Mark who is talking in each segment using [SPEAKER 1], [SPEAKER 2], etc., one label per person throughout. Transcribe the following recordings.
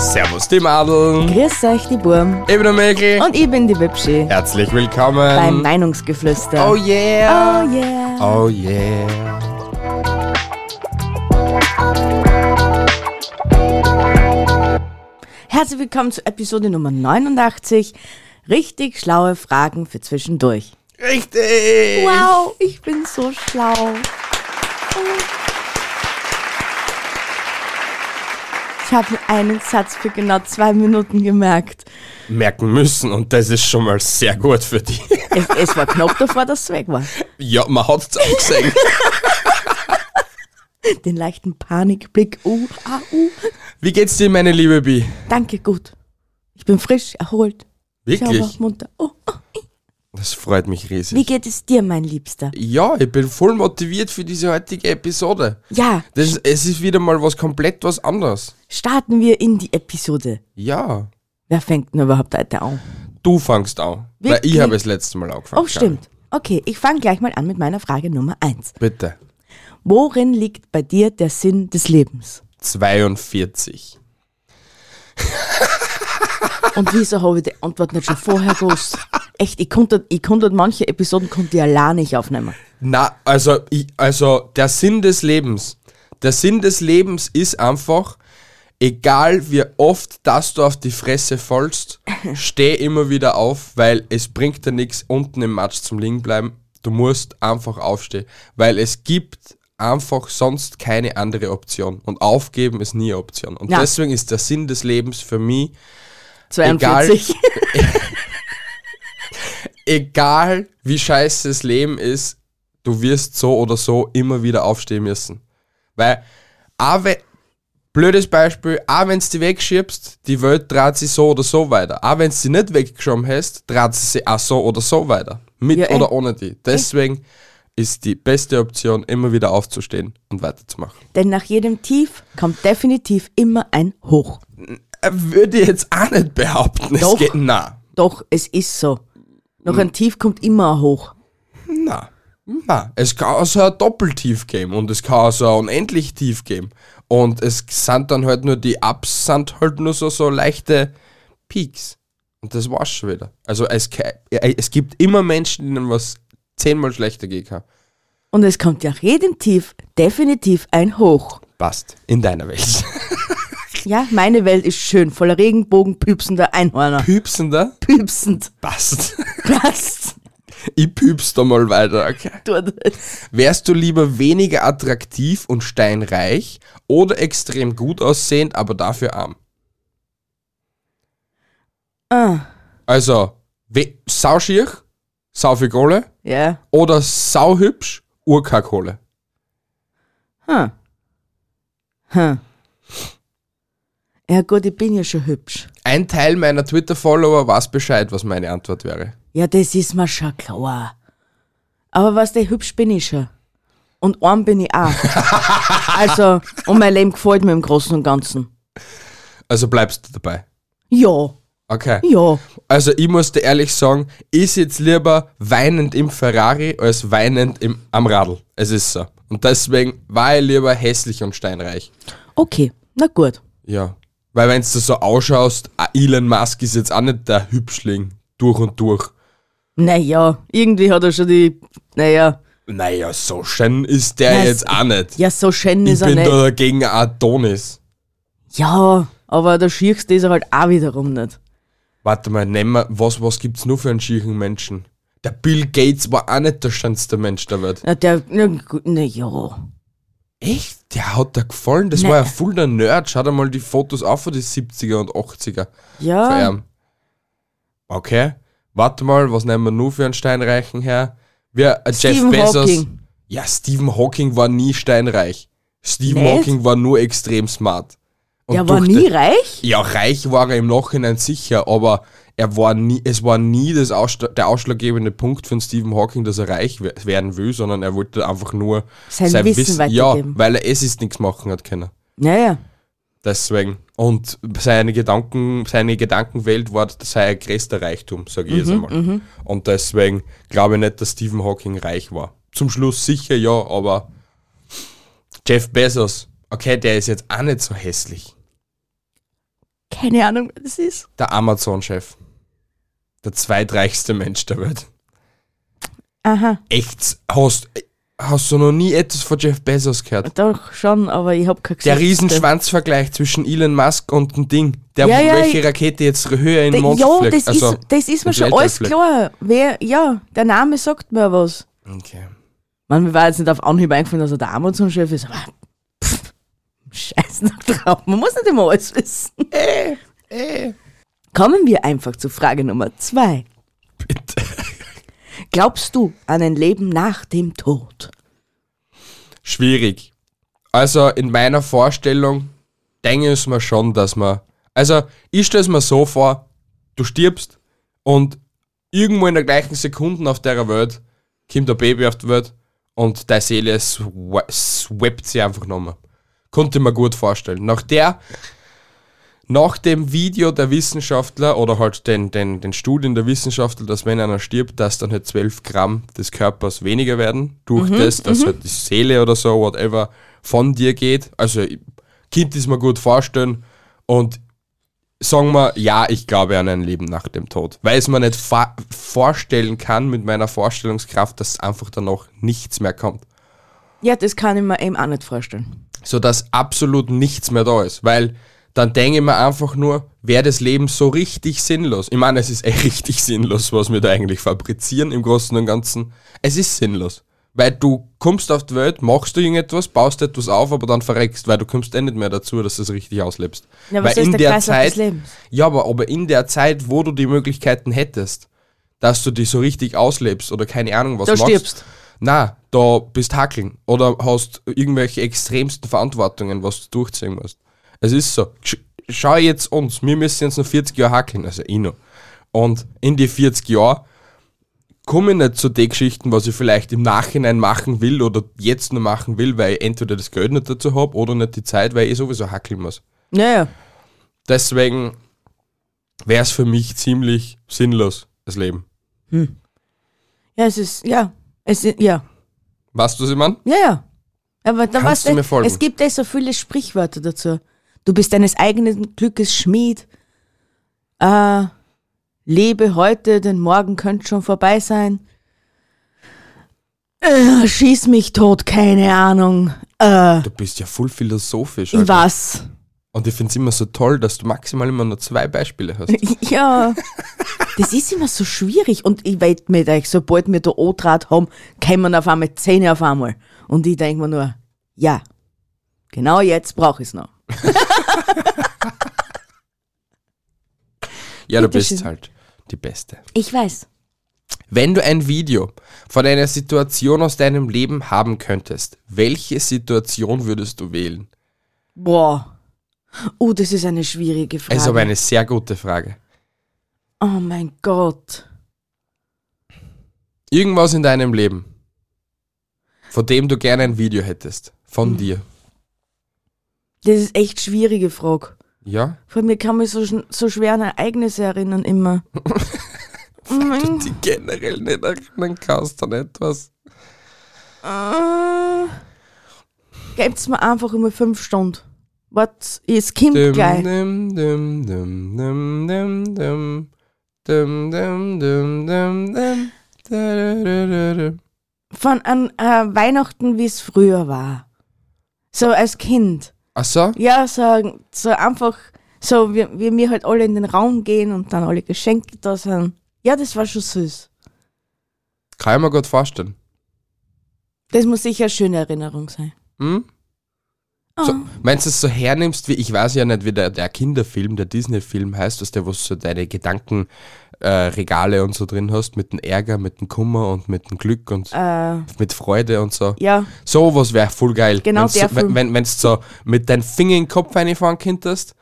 [SPEAKER 1] Servus die Madeln.
[SPEAKER 2] Grüß euch, die Burm.
[SPEAKER 1] Ich bin der Mäkel.
[SPEAKER 2] Und ich bin die Wipschi.
[SPEAKER 1] Herzlich willkommen.
[SPEAKER 2] Beim Meinungsgeflüster.
[SPEAKER 1] Ähm. oh yeah.
[SPEAKER 2] Oh yeah.
[SPEAKER 1] Oh yeah. Oh.
[SPEAKER 2] Herzlich willkommen zu Episode Nummer 89. Richtig schlaue Fragen für zwischendurch.
[SPEAKER 1] Richtig.
[SPEAKER 2] Wow, ich bin so schlau. Ich habe mir einen Satz für genau zwei Minuten gemerkt.
[SPEAKER 1] Merken müssen und das ist schon mal sehr gut für dich.
[SPEAKER 2] Es, es war knapp davor, dass es weg war.
[SPEAKER 1] ja, man hat's auch gesehen.
[SPEAKER 2] Den leichten Panikblick. Uh, ah, uh.
[SPEAKER 1] Wie geht's dir, meine liebe Bi?
[SPEAKER 2] Danke, gut. Ich bin frisch, erholt, sauber,
[SPEAKER 1] Wirklich?
[SPEAKER 2] munter. Oh, oh.
[SPEAKER 1] Das freut mich riesig.
[SPEAKER 2] Wie geht es dir, mein Liebster?
[SPEAKER 1] Ja, ich bin voll motiviert für diese heutige Episode.
[SPEAKER 2] Ja,
[SPEAKER 1] Das, ist- es ist wieder mal was komplett was anderes.
[SPEAKER 2] starten wir in die Episode.
[SPEAKER 1] Ja.
[SPEAKER 2] Wer fängt denn überhaupt heute an?
[SPEAKER 1] Du fangst an. Weil ich
[SPEAKER 2] Wirklich?
[SPEAKER 1] habe es letztes Mal angefangen.
[SPEAKER 2] Oh, stimmt. Okay, ich fange gleich mal an mit meiner Frage Nummer 1.
[SPEAKER 1] Bitte.
[SPEAKER 2] Worin liegt bei dir der Sinn des Lebens?
[SPEAKER 1] 42.
[SPEAKER 2] Und wieso habe ich die Antwort nicht schon vorher gewusst? Echt, ich konnte, ich konnte manche Episoden konnte ich allein nicht aufnehmen.
[SPEAKER 1] Na, also, ich, also der Sinn des Lebens. Der Sinn des Lebens ist einfach, egal wie oft dass du auf die Fresse fallst, steh immer wieder auf, weil es bringt dir nichts unten im Matsch zum liegen bleiben. Du musst einfach aufstehen, weil es gibt einfach sonst keine andere Option und aufgeben ist nie eine Option. Und
[SPEAKER 2] Ja.
[SPEAKER 1] deswegen ist der Sinn des Lebens für mich
[SPEAKER 2] 42.
[SPEAKER 1] egal wie scheiße das Leben ist, du wirst so oder so immer wieder aufstehen müssen. Weil, auch wenn, blödes Beispiel, auch wenn du die wegschiebst, die Welt dreht sich so oder so weiter. Auch wenn du sie nicht weggeschoben hast, dreht sie sich auch so oder so weiter. Mit
[SPEAKER 2] Ja, eh.
[SPEAKER 1] oder ohne die. Deswegen ist die beste Option, immer wieder aufzustehen und weiterzumachen.
[SPEAKER 2] Denn nach jedem Tief kommt definitiv immer ein Hoch.
[SPEAKER 1] Äh, Würde ich jetzt auch nicht behaupten.
[SPEAKER 2] Doch.
[SPEAKER 1] Es geht, na,
[SPEAKER 2] Doch, es ist so. Nach einem Tief kommt immer ein Hoch.
[SPEAKER 1] Na, na. Es kann also ein Doppeltief geben und es kann also ein unendlich tief geben. Und es sind dann halt nur die Ups, sind halt nur so, so leichte Peaks. Und das war's schon wieder. Also es, ke- äh, es gibt immer Menschen, denen was zehnmal schlechter gehen kann.
[SPEAKER 2] Und es kommt nach jedem Tief definitiv ein Hoch.
[SPEAKER 1] Passt. In deiner Welt.
[SPEAKER 2] Ja, meine Welt ist schön, voller Regenbogen, püpsender Einhörner.
[SPEAKER 1] Püpsender?
[SPEAKER 2] Püpsend.
[SPEAKER 1] Passt.
[SPEAKER 2] Passt.
[SPEAKER 1] Ich püps da mal weiter, okay?
[SPEAKER 2] Du das.
[SPEAKER 1] Wärst du lieber weniger attraktiv und steinreich oder extrem gut aussehend, aber dafür arm?
[SPEAKER 2] Ah,
[SPEAKER 1] Also, we- sauschier, sau viel Kohle
[SPEAKER 2] ja.
[SPEAKER 1] oder sauhübsch, Urkakohle.
[SPEAKER 2] Hm. Hm. Ja gut, ich bin ja schon hübsch.
[SPEAKER 1] Ein Teil meiner Twitter-Follower weiß Bescheid, was meine Antwort wäre.
[SPEAKER 2] Ja, das ist mir schon klar. Aber was der hübsch bin ich schon. Und arm bin ich auch. also, und mein Leben gefällt mir im Großen und Ganzen.
[SPEAKER 1] Also bleibst du dabei.
[SPEAKER 2] Ja,
[SPEAKER 1] Okay.
[SPEAKER 2] ja.
[SPEAKER 1] Also ich muss dir ehrlich sagen, ich sitze lieber weinend im Ferrari als weinend im, am Radl. Es ist so. Und deswegen war ich lieber hässlich und steinreich.
[SPEAKER 2] Okay, na gut.
[SPEAKER 1] Ja. Weil wenn du so ausschaust, ah, Elon Musk ist jetzt auch nicht der Hübschling. Durch und durch.
[SPEAKER 2] Naja, irgendwie hat er schon die. Naja,
[SPEAKER 1] Naja, so schön ist der
[SPEAKER 2] Na, es-
[SPEAKER 1] jetzt auch nicht.
[SPEAKER 2] ja, so schön
[SPEAKER 1] Ich
[SPEAKER 2] ist er
[SPEAKER 1] bin
[SPEAKER 2] nicht.
[SPEAKER 1] da gegen Adonis.
[SPEAKER 2] Ja, aber der Schierste ist er halt auch wiederum nicht.
[SPEAKER 1] Warte mal, nehmen wir, was, was gibt's nur für einen schieren Menschen? Der Bill Gates war auch nicht der schönste Mensch der Welt.
[SPEAKER 2] Na, der, na, gut, na ja.
[SPEAKER 1] Echt? Der hat dir gefallen? Das
[SPEAKER 2] Nein.
[SPEAKER 1] war ja voll der Nerd. Schau dir mal die Fotos auf von den 70er und 80er. Von
[SPEAKER 2] Ja,
[SPEAKER 1] ihm. Okay. Warte mal, was nehmen wir nur für einen steinreichen her? Wir, äh, Jeff
[SPEAKER 2] Stephen
[SPEAKER 1] Bezos.
[SPEAKER 2] Hawking.
[SPEAKER 1] Ja, Stephen Hawking war nie steinreich. Stephen
[SPEAKER 2] Nicht?
[SPEAKER 1] Hawking war nur extrem smart. Und
[SPEAKER 2] der war
[SPEAKER 1] durch
[SPEAKER 2] nie
[SPEAKER 1] die-
[SPEAKER 2] reich.
[SPEAKER 1] Ja, reich war er im Nachhinein sicher, aber er war nie, es war nie das Ausschla der ausschlaggebende Punkt von Stephen Hawking, dass er reich we- werden will, sondern er wollte einfach nur
[SPEAKER 2] Sein Wissen
[SPEAKER 1] Ja,
[SPEAKER 2] weitergeben.
[SPEAKER 1] weil er es ist nichts machen hat können.
[SPEAKER 2] Naja,
[SPEAKER 1] Deswegen. Und seine Gedanken, seine Gedankenwelt war sein größter Reichtum, sage ich jetzt
[SPEAKER 2] Mhm,
[SPEAKER 1] einmal. Und deswegen glaube ich nicht, dass Stephen Hawking reich war. Zum Schluss sicher ja, aber Jeff Bezos, okay, der ist jetzt auch nicht so hässlich.
[SPEAKER 2] Keine Ahnung, wer das ist.
[SPEAKER 1] Der Amazon-Chef. Der zweitreichste Mensch der Welt.
[SPEAKER 2] Aha,
[SPEAKER 1] Echt? Hast, hast du noch nie etwas von Jeff Bezos gehört?
[SPEAKER 2] doch schon, aber ich habe kein
[SPEAKER 1] Der
[SPEAKER 2] Gesicht.
[SPEAKER 1] Riesenschwanzvergleich zwischen Elon Musk und dem Ding. Der,
[SPEAKER 2] Ja, ja,
[SPEAKER 1] welche
[SPEAKER 2] ich-
[SPEAKER 1] Rakete jetzt höher in den
[SPEAKER 2] Der-
[SPEAKER 1] Mond
[SPEAKER 2] Ja,
[SPEAKER 1] fliegt. Also,
[SPEAKER 2] das, ist, das ist mir
[SPEAKER 1] ins
[SPEAKER 2] schon alles
[SPEAKER 1] Weltall
[SPEAKER 2] klar. Wer, ja, der Name sagt mir was.
[SPEAKER 1] Okay.
[SPEAKER 2] Man, mir war jetzt nicht auf Anhieb eingefallen, dass er der Amazon-Chef ist, aber pff, scheiß noch drauf. Man muss nicht immer alles wissen. Äh, Kommen wir einfach zu Frage Nummer zwei.
[SPEAKER 1] Bitte.
[SPEAKER 2] Glaubst du an ein Leben nach dem Tod?
[SPEAKER 1] Schwierig. Also in meiner Vorstellung denke ich mir schon, dass man. Also ich stelle es mir so vor, du stirbst und irgendwo in der gleichen Sekunde auf der Welt kommt ein Baby auf die Welt und deine Seele swa- swappt sie einfach nochmal. Konnte ich mir gut vorstellen. Nach der, nach dem Video der Wissenschaftler oder halt den, den, den Studien der Wissenschaftler, dass wenn einer stirbt, dass dann halt 12 Gramm des Körpers weniger werden, durch das, dass halt die Seele oder so, whatever, von dir geht. Also, ich- Kind ist mir gut vorstellen und sagen wir, ja, ich glaube an ein Leben nach dem Tod, weil es mir nicht fa- vorstellen kann mit meiner Vorstellungskraft, dass einfach danach nichts mehr kommt
[SPEAKER 2] Ja, das kann ich mir eben auch nicht vorstellen.
[SPEAKER 1] so dass absolut nichts mehr da ist, weil dann denke ich mir einfach nur, wäre das Leben so richtig sinnlos. Ich meine, es ist eh richtig sinnlos, was wir da eigentlich fabrizieren im Großen und Ganzen. Es ist sinnlos, weil du kommst auf die Welt, machst du irgendetwas, baust etwas auf, aber dann verreckst, weil du kommst eh nicht mehr dazu, dass du es richtig auslebst.
[SPEAKER 2] Ja, aber
[SPEAKER 1] weil
[SPEAKER 2] so ist der Kreislauf des Lebens.
[SPEAKER 1] ja, aber, aber in der Zeit, wo du die Möglichkeiten hättest, dass du die so richtig auslebst oder keine Ahnung was
[SPEAKER 2] Da
[SPEAKER 1] machst.
[SPEAKER 2] stirbst.
[SPEAKER 1] Na, da bist hackeln oder hast irgendwelche extremsten Verantwortungen, was du durchziehen musst. Es ist so. Sch schau jetzt uns, wir müssen jetzt noch 40 Jahre hackeln, also ich noch. Und in die 40 Jahre komme ich nicht zu den Geschichten, was ich vielleicht im Nachhinein machen will oder jetzt noch machen will, weil ich entweder das Geld nicht dazu habe oder nicht die Zeit, weil ich eh sowieso hackeln muss.
[SPEAKER 2] Naja,
[SPEAKER 1] Deswegen wäre es für mich ziemlich sinnlos, das Leben.
[SPEAKER 2] ja, es ist, ja, es ist, ja,
[SPEAKER 1] Weißt du, was ich meine?
[SPEAKER 2] ja, ja. Aber da
[SPEAKER 1] Kannst
[SPEAKER 2] weißt
[SPEAKER 1] du mir folgen?
[SPEAKER 2] es gibt eh so viele Sprichwörter dazu. Du bist deines eigenen Glückes Schmied. Äh, lebe heute, denn morgen könnte schon vorbei sein. Äh, schieß mich tot, keine Ahnung. Äh,
[SPEAKER 1] Du bist ja voll philosophisch.
[SPEAKER 2] ich
[SPEAKER 1] Alter.
[SPEAKER 2] was?
[SPEAKER 1] Und ich finde es immer so toll, dass du maximal immer nur zwei Beispiele hast.
[SPEAKER 2] Ja. Das ist immer so schwierig und ich wette mit euch, sobald wir da O-Draht haben, kommen auf einmal Zähne auf einmal. Und ich denke mir nur, ja, genau jetzt brauche ich es noch.
[SPEAKER 1] Ja, du
[SPEAKER 2] Bitteschön.
[SPEAKER 1] bist halt die Beste.
[SPEAKER 2] Ich weiß.
[SPEAKER 1] Wenn du ein Video von einer Situation aus deinem Leben haben könntest, welche Situation würdest du wählen?
[SPEAKER 2] Boah. Oh, das ist eine schwierige
[SPEAKER 1] Es
[SPEAKER 2] Frage.
[SPEAKER 1] ist aber eine sehr gute Frage.
[SPEAKER 2] oh mein Gott.
[SPEAKER 1] Irgendwas in deinem Leben, von dem du gerne ein Video hättest. Von
[SPEAKER 2] Hm.
[SPEAKER 1] dir.
[SPEAKER 2] Das ist echt schwierige Frage.
[SPEAKER 1] Ja?
[SPEAKER 2] Von mir kann mich so, schn- so schwer an Ereignisse erinnern immer. Mm.
[SPEAKER 1] Du die generell nicht erinnern kannst an etwas.
[SPEAKER 2] Äh, Gebt's mir einfach immer fünf Stunden. Was? Es kommt gleich.
[SPEAKER 1] dum, dum, dum, dum, dum, dum. Dum, dum, dum, dum, dum. Da, da, da, da, da.
[SPEAKER 2] von an äh, Weihnachten, wie es früher war. So als Kind.
[SPEAKER 1] Ach so?
[SPEAKER 2] Ja, so, so einfach, so wie, wie wir halt alle in den Raum gehen und dann alle Geschenke da sind. Ja, das war schon süß.
[SPEAKER 1] Kann ich mir gut vorstellen.
[SPEAKER 2] Das muss sicher eine schöne Erinnerung sein.
[SPEAKER 1] Hm?
[SPEAKER 2] Oh.
[SPEAKER 1] So, meinst du, es so hernimmst, wie ich weiß ja nicht, wie der, der Kinderfilm, der Disney-Film heißt, dass der, wo du so deine Gedankenregale äh, Regale und so drin hast, mit dem Ärger, mit dem Kummer und mit dem Glück und
[SPEAKER 2] Äh,
[SPEAKER 1] mit Freude und so.
[SPEAKER 2] ja,
[SPEAKER 1] So was wäre voll geil.
[SPEAKER 2] Genau
[SPEAKER 1] wenn's
[SPEAKER 2] der
[SPEAKER 1] so, wenn,
[SPEAKER 2] Film.
[SPEAKER 1] wenn, wenn's so mit deinem Finger in den Kopf reinfahren könntest,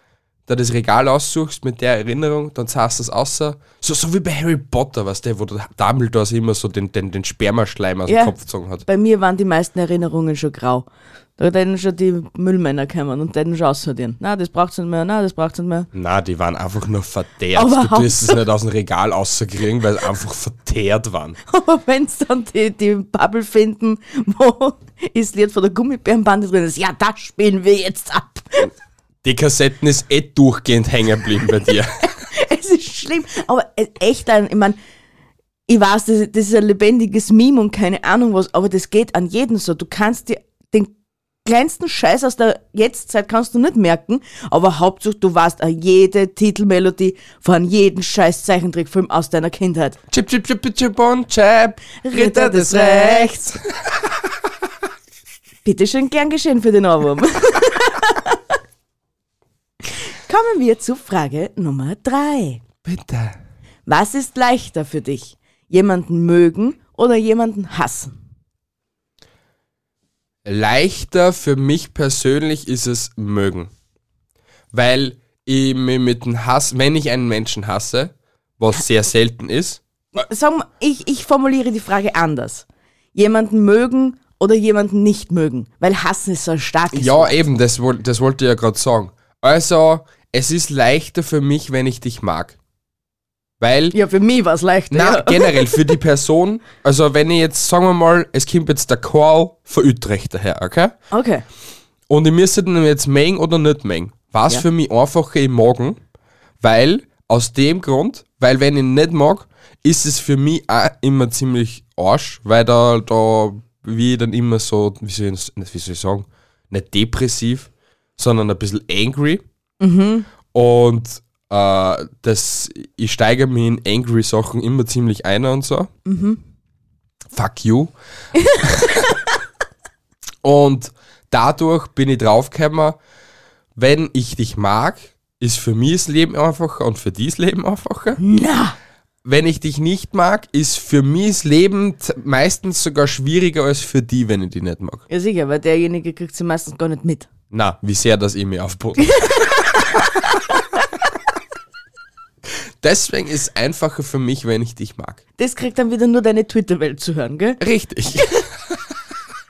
[SPEAKER 1] da das Regal aussuchst mit der Erinnerung, dann zahlst du es außer. So, so wie bei Harry Potter, weißt du, wo der Dumbledore sich immer so den, den, den Spermaschleim aus
[SPEAKER 2] Ja.
[SPEAKER 1] dem Kopf gezogen hat.
[SPEAKER 2] bei mir waren die meisten Erinnerungen schon grau. Da hätten schon die Müllmänner kommen und hätten schon aussortieren. Na, das braucht's nicht mehr, na, das braucht's nicht mehr.
[SPEAKER 1] Na, die waren einfach nur verteert.
[SPEAKER 2] Aber
[SPEAKER 1] du wirst es
[SPEAKER 2] Hauptsache-
[SPEAKER 1] nicht aus dem Regal rauskriegen, weil sie einfach verteert waren.
[SPEAKER 2] Aber wenn's dann die, die Bubble finden, wo ist Lied von der Gummibärenbande drin ist, ja, das spielen wir jetzt ab.
[SPEAKER 1] Die Kassetten ist eh durchgehend hängen geblieben bei dir.
[SPEAKER 2] Es ist schlimm, aber e- echt, ein- ich meine, ich weiß, das, das ist ein lebendiges Meme und keine Ahnung was, aber das geht an jeden so. Du kannst dir den kleinsten Scheiß aus der Jetztzeit kannst du nicht merken, aber Hauptsache du weißt an jede Titelmelodie von jedem scheiß Zeichentrickfilm aus deiner Kindheit.
[SPEAKER 1] Chip, chip, chip, chip, chip und chip. Ritter des Rechts.
[SPEAKER 2] Bitteschön, gern geschehen für den Ohrwurm. Kommen wir zu Frage Nummer drei.
[SPEAKER 1] Bitte.
[SPEAKER 2] Was ist leichter für dich? Jemanden mögen oder jemanden hassen?
[SPEAKER 1] Leichter für mich persönlich ist es mögen. Weil ich mir mit dem Hass, wenn ich einen Menschen hasse, was sehr selten ist,
[SPEAKER 2] Sagen wir, ich, ich formuliere die Frage anders. Jemanden mögen oder jemanden nicht mögen? Weil hassen ist so ein starkes
[SPEAKER 1] Ja,
[SPEAKER 2] Wort.
[SPEAKER 1] eben, das, woll- das wollte ich ja gerade sagen. Also, es ist leichter für mich, wenn ich dich mag. Weil,
[SPEAKER 2] Ja, für mich war es leichter.
[SPEAKER 1] na,
[SPEAKER 2] ja.
[SPEAKER 1] generell für die Person, also wenn ich jetzt, sagen wir mal, es kommt jetzt der Karl von Utrecht daher, okay?
[SPEAKER 2] Okay.
[SPEAKER 1] Und ich müsste den jetzt mengen oder nicht mengen. Was
[SPEAKER 2] Ja.
[SPEAKER 1] für mich einfacher im Magen, weil, aus dem Grund, weil wenn ich ihn nicht mag, ist es für mich auch immer ziemlich Arsch, weil da, da wie ich dann immer so, wie soll ich, wie soll ich sagen, nicht depressiv, sondern ein bisschen angry. Und äh, das, ich steigere mich in angry Sachen immer ziemlich ein und so. Fuck you. und dadurch bin ich draufgekommen, wenn ich dich mag, ist für mich das Leben einfacher und für dich das Leben einfacher.
[SPEAKER 2] Na,
[SPEAKER 1] Wenn ich dich nicht mag, ist für mich das Leben t- meistens sogar schwieriger als für die, wenn ich dich nicht mag.
[SPEAKER 2] ja sicher, weil derjenige kriegt sie meistens gar nicht mit.
[SPEAKER 1] Na, wie sehr das in mir aufbaut. Deswegen ist es einfacher für mich, wenn ich dich mag.
[SPEAKER 2] Das kriegt dann wieder nur deine Twitter-Welt zu hören, gell?
[SPEAKER 1] Richtig.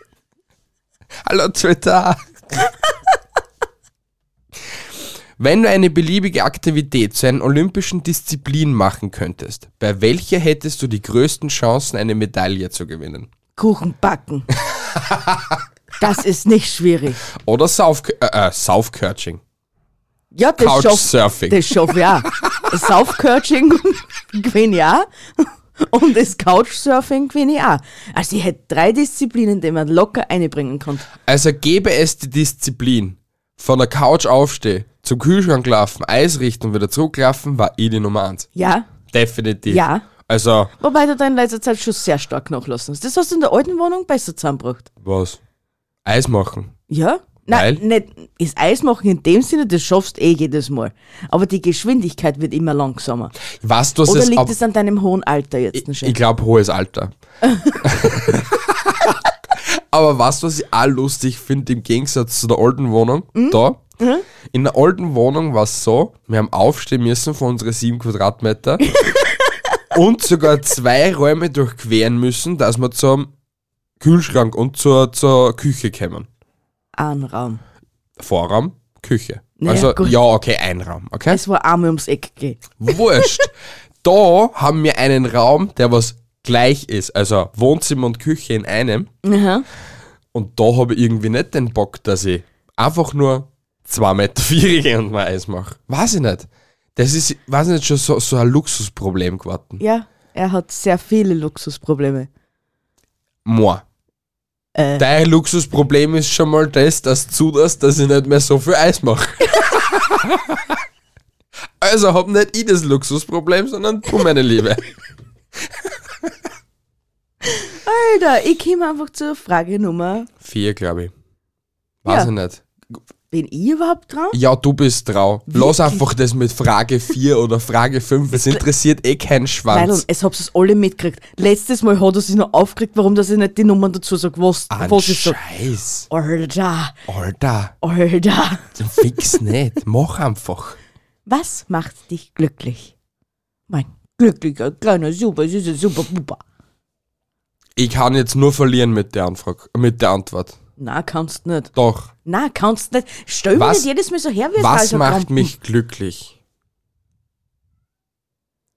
[SPEAKER 1] Hallo Twitter. Wenn du eine beliebige Aktivität zu einer olympischen Disziplin machen könntest, bei welcher hättest du die größten Chancen, eine Medaille zu gewinnen?
[SPEAKER 2] Kuchen backen. Das ist nicht schwierig.
[SPEAKER 1] Oder Sauf äh, äh, Saufcoaching.
[SPEAKER 2] Ja, das schafft.
[SPEAKER 1] Couchsurfing.
[SPEAKER 2] Das schaffe ich auch. Saufcoaching gewinne ich auch. Und das Couchsurfing gewinne ich auch. Also ich hätte drei Disziplinen, die man locker einbringen konnte.
[SPEAKER 1] Also gäbe es die Disziplin, von der Couch aufstehen, zum Kühlschrank laufen, Eis richten und wieder zurücklaufen, war ich die Nummer eins.
[SPEAKER 2] Ja?
[SPEAKER 1] Definitiv.
[SPEAKER 2] Ja.
[SPEAKER 1] Also,
[SPEAKER 2] Wobei du da in letzter Zeit schon sehr stark nachlassen hast. Das hast du in der alten Wohnung besser zusammengebracht.
[SPEAKER 1] was? Eis machen.
[SPEAKER 2] Ja? Nein,
[SPEAKER 1] Weil?
[SPEAKER 2] nicht ist Eis machen in dem Sinne, das schaffst eh jedes Mal. Aber die Geschwindigkeit wird immer langsamer.
[SPEAKER 1] Was, was
[SPEAKER 2] Oder
[SPEAKER 1] es
[SPEAKER 2] liegt
[SPEAKER 1] ab,
[SPEAKER 2] es an deinem hohen Alter jetzt noch
[SPEAKER 1] Ich glaube, hohes Alter. Aber was, was ich auch lustig finde, im Gegensatz zu der alten Wohnung,
[SPEAKER 2] Mhm.
[SPEAKER 1] da, in der alten Wohnung war es so, wir haben aufstehen müssen von unseren sieben Quadratmeter und sogar zwei Räume durchqueren müssen, dass wir zum Kühlschrank und zur, zur Küche kommen.
[SPEAKER 2] Ein Raum.
[SPEAKER 1] Vorraum, Küche.
[SPEAKER 2] Naja,
[SPEAKER 1] also,
[SPEAKER 2] gut.
[SPEAKER 1] ja, okay, ein Raum, okay?
[SPEAKER 2] Es war einmal ums Eck gehen.
[SPEAKER 1] Wurscht. da haben wir einen Raum, der was gleich ist. Also Wohnzimmer und Küche in einem.
[SPEAKER 2] Aha.
[SPEAKER 1] Und da habe ich irgendwie nicht den Bock, dass ich einfach nur zwei Meter vier gehe und mein Eis mache. Weiß ich nicht. Das ist, weiß ich nicht, schon so, so ein Luxusproblem geworden.
[SPEAKER 2] Ja, er hat sehr viele Luxusprobleme.
[SPEAKER 1] Moi.
[SPEAKER 2] Äh.
[SPEAKER 1] Dein Luxusproblem ist schon mal das, dass du zulässt, dass ich nicht mehr so viel Eis mache. also hab nicht ich das Luxusproblem, sondern du, meine Liebe.
[SPEAKER 2] Alter, ich komme einfach zur Frage Nummer.
[SPEAKER 1] Vier, glaube ich. Weiß
[SPEAKER 2] Ja.
[SPEAKER 1] ich nicht.
[SPEAKER 2] Bin ich überhaupt dran?
[SPEAKER 1] Ja, du bist trau. Lass einfach das mit Frage 4 oder Frage 5. Es interessiert eh keinen
[SPEAKER 2] Nein,
[SPEAKER 1] Schwanz.
[SPEAKER 2] es hab's es alle mitgekriegt. Letztes Mal hat er sich noch aufgeregt, warum dass ich nicht die Nummern dazu sage, was,
[SPEAKER 1] Ein
[SPEAKER 2] was ich sag.
[SPEAKER 1] Ah, Scheiß.
[SPEAKER 2] Alter,
[SPEAKER 1] Alter,
[SPEAKER 2] Alter.
[SPEAKER 1] fix nicht. Mach einfach.
[SPEAKER 2] Was macht dich glücklich? Mein glücklicher, kleiner, super, süßer, super, pupa.
[SPEAKER 1] Ich kann jetzt nur verlieren mit der Anfrage, mit der Antwort.
[SPEAKER 2] Na, kannst nicht.
[SPEAKER 1] Doch.
[SPEAKER 2] Na, kannst nicht. Stell mich
[SPEAKER 1] Was-
[SPEAKER 2] nicht jedes Mal so her, wie es
[SPEAKER 1] Was
[SPEAKER 2] also
[SPEAKER 1] macht
[SPEAKER 2] Krampen.
[SPEAKER 1] mich glücklich?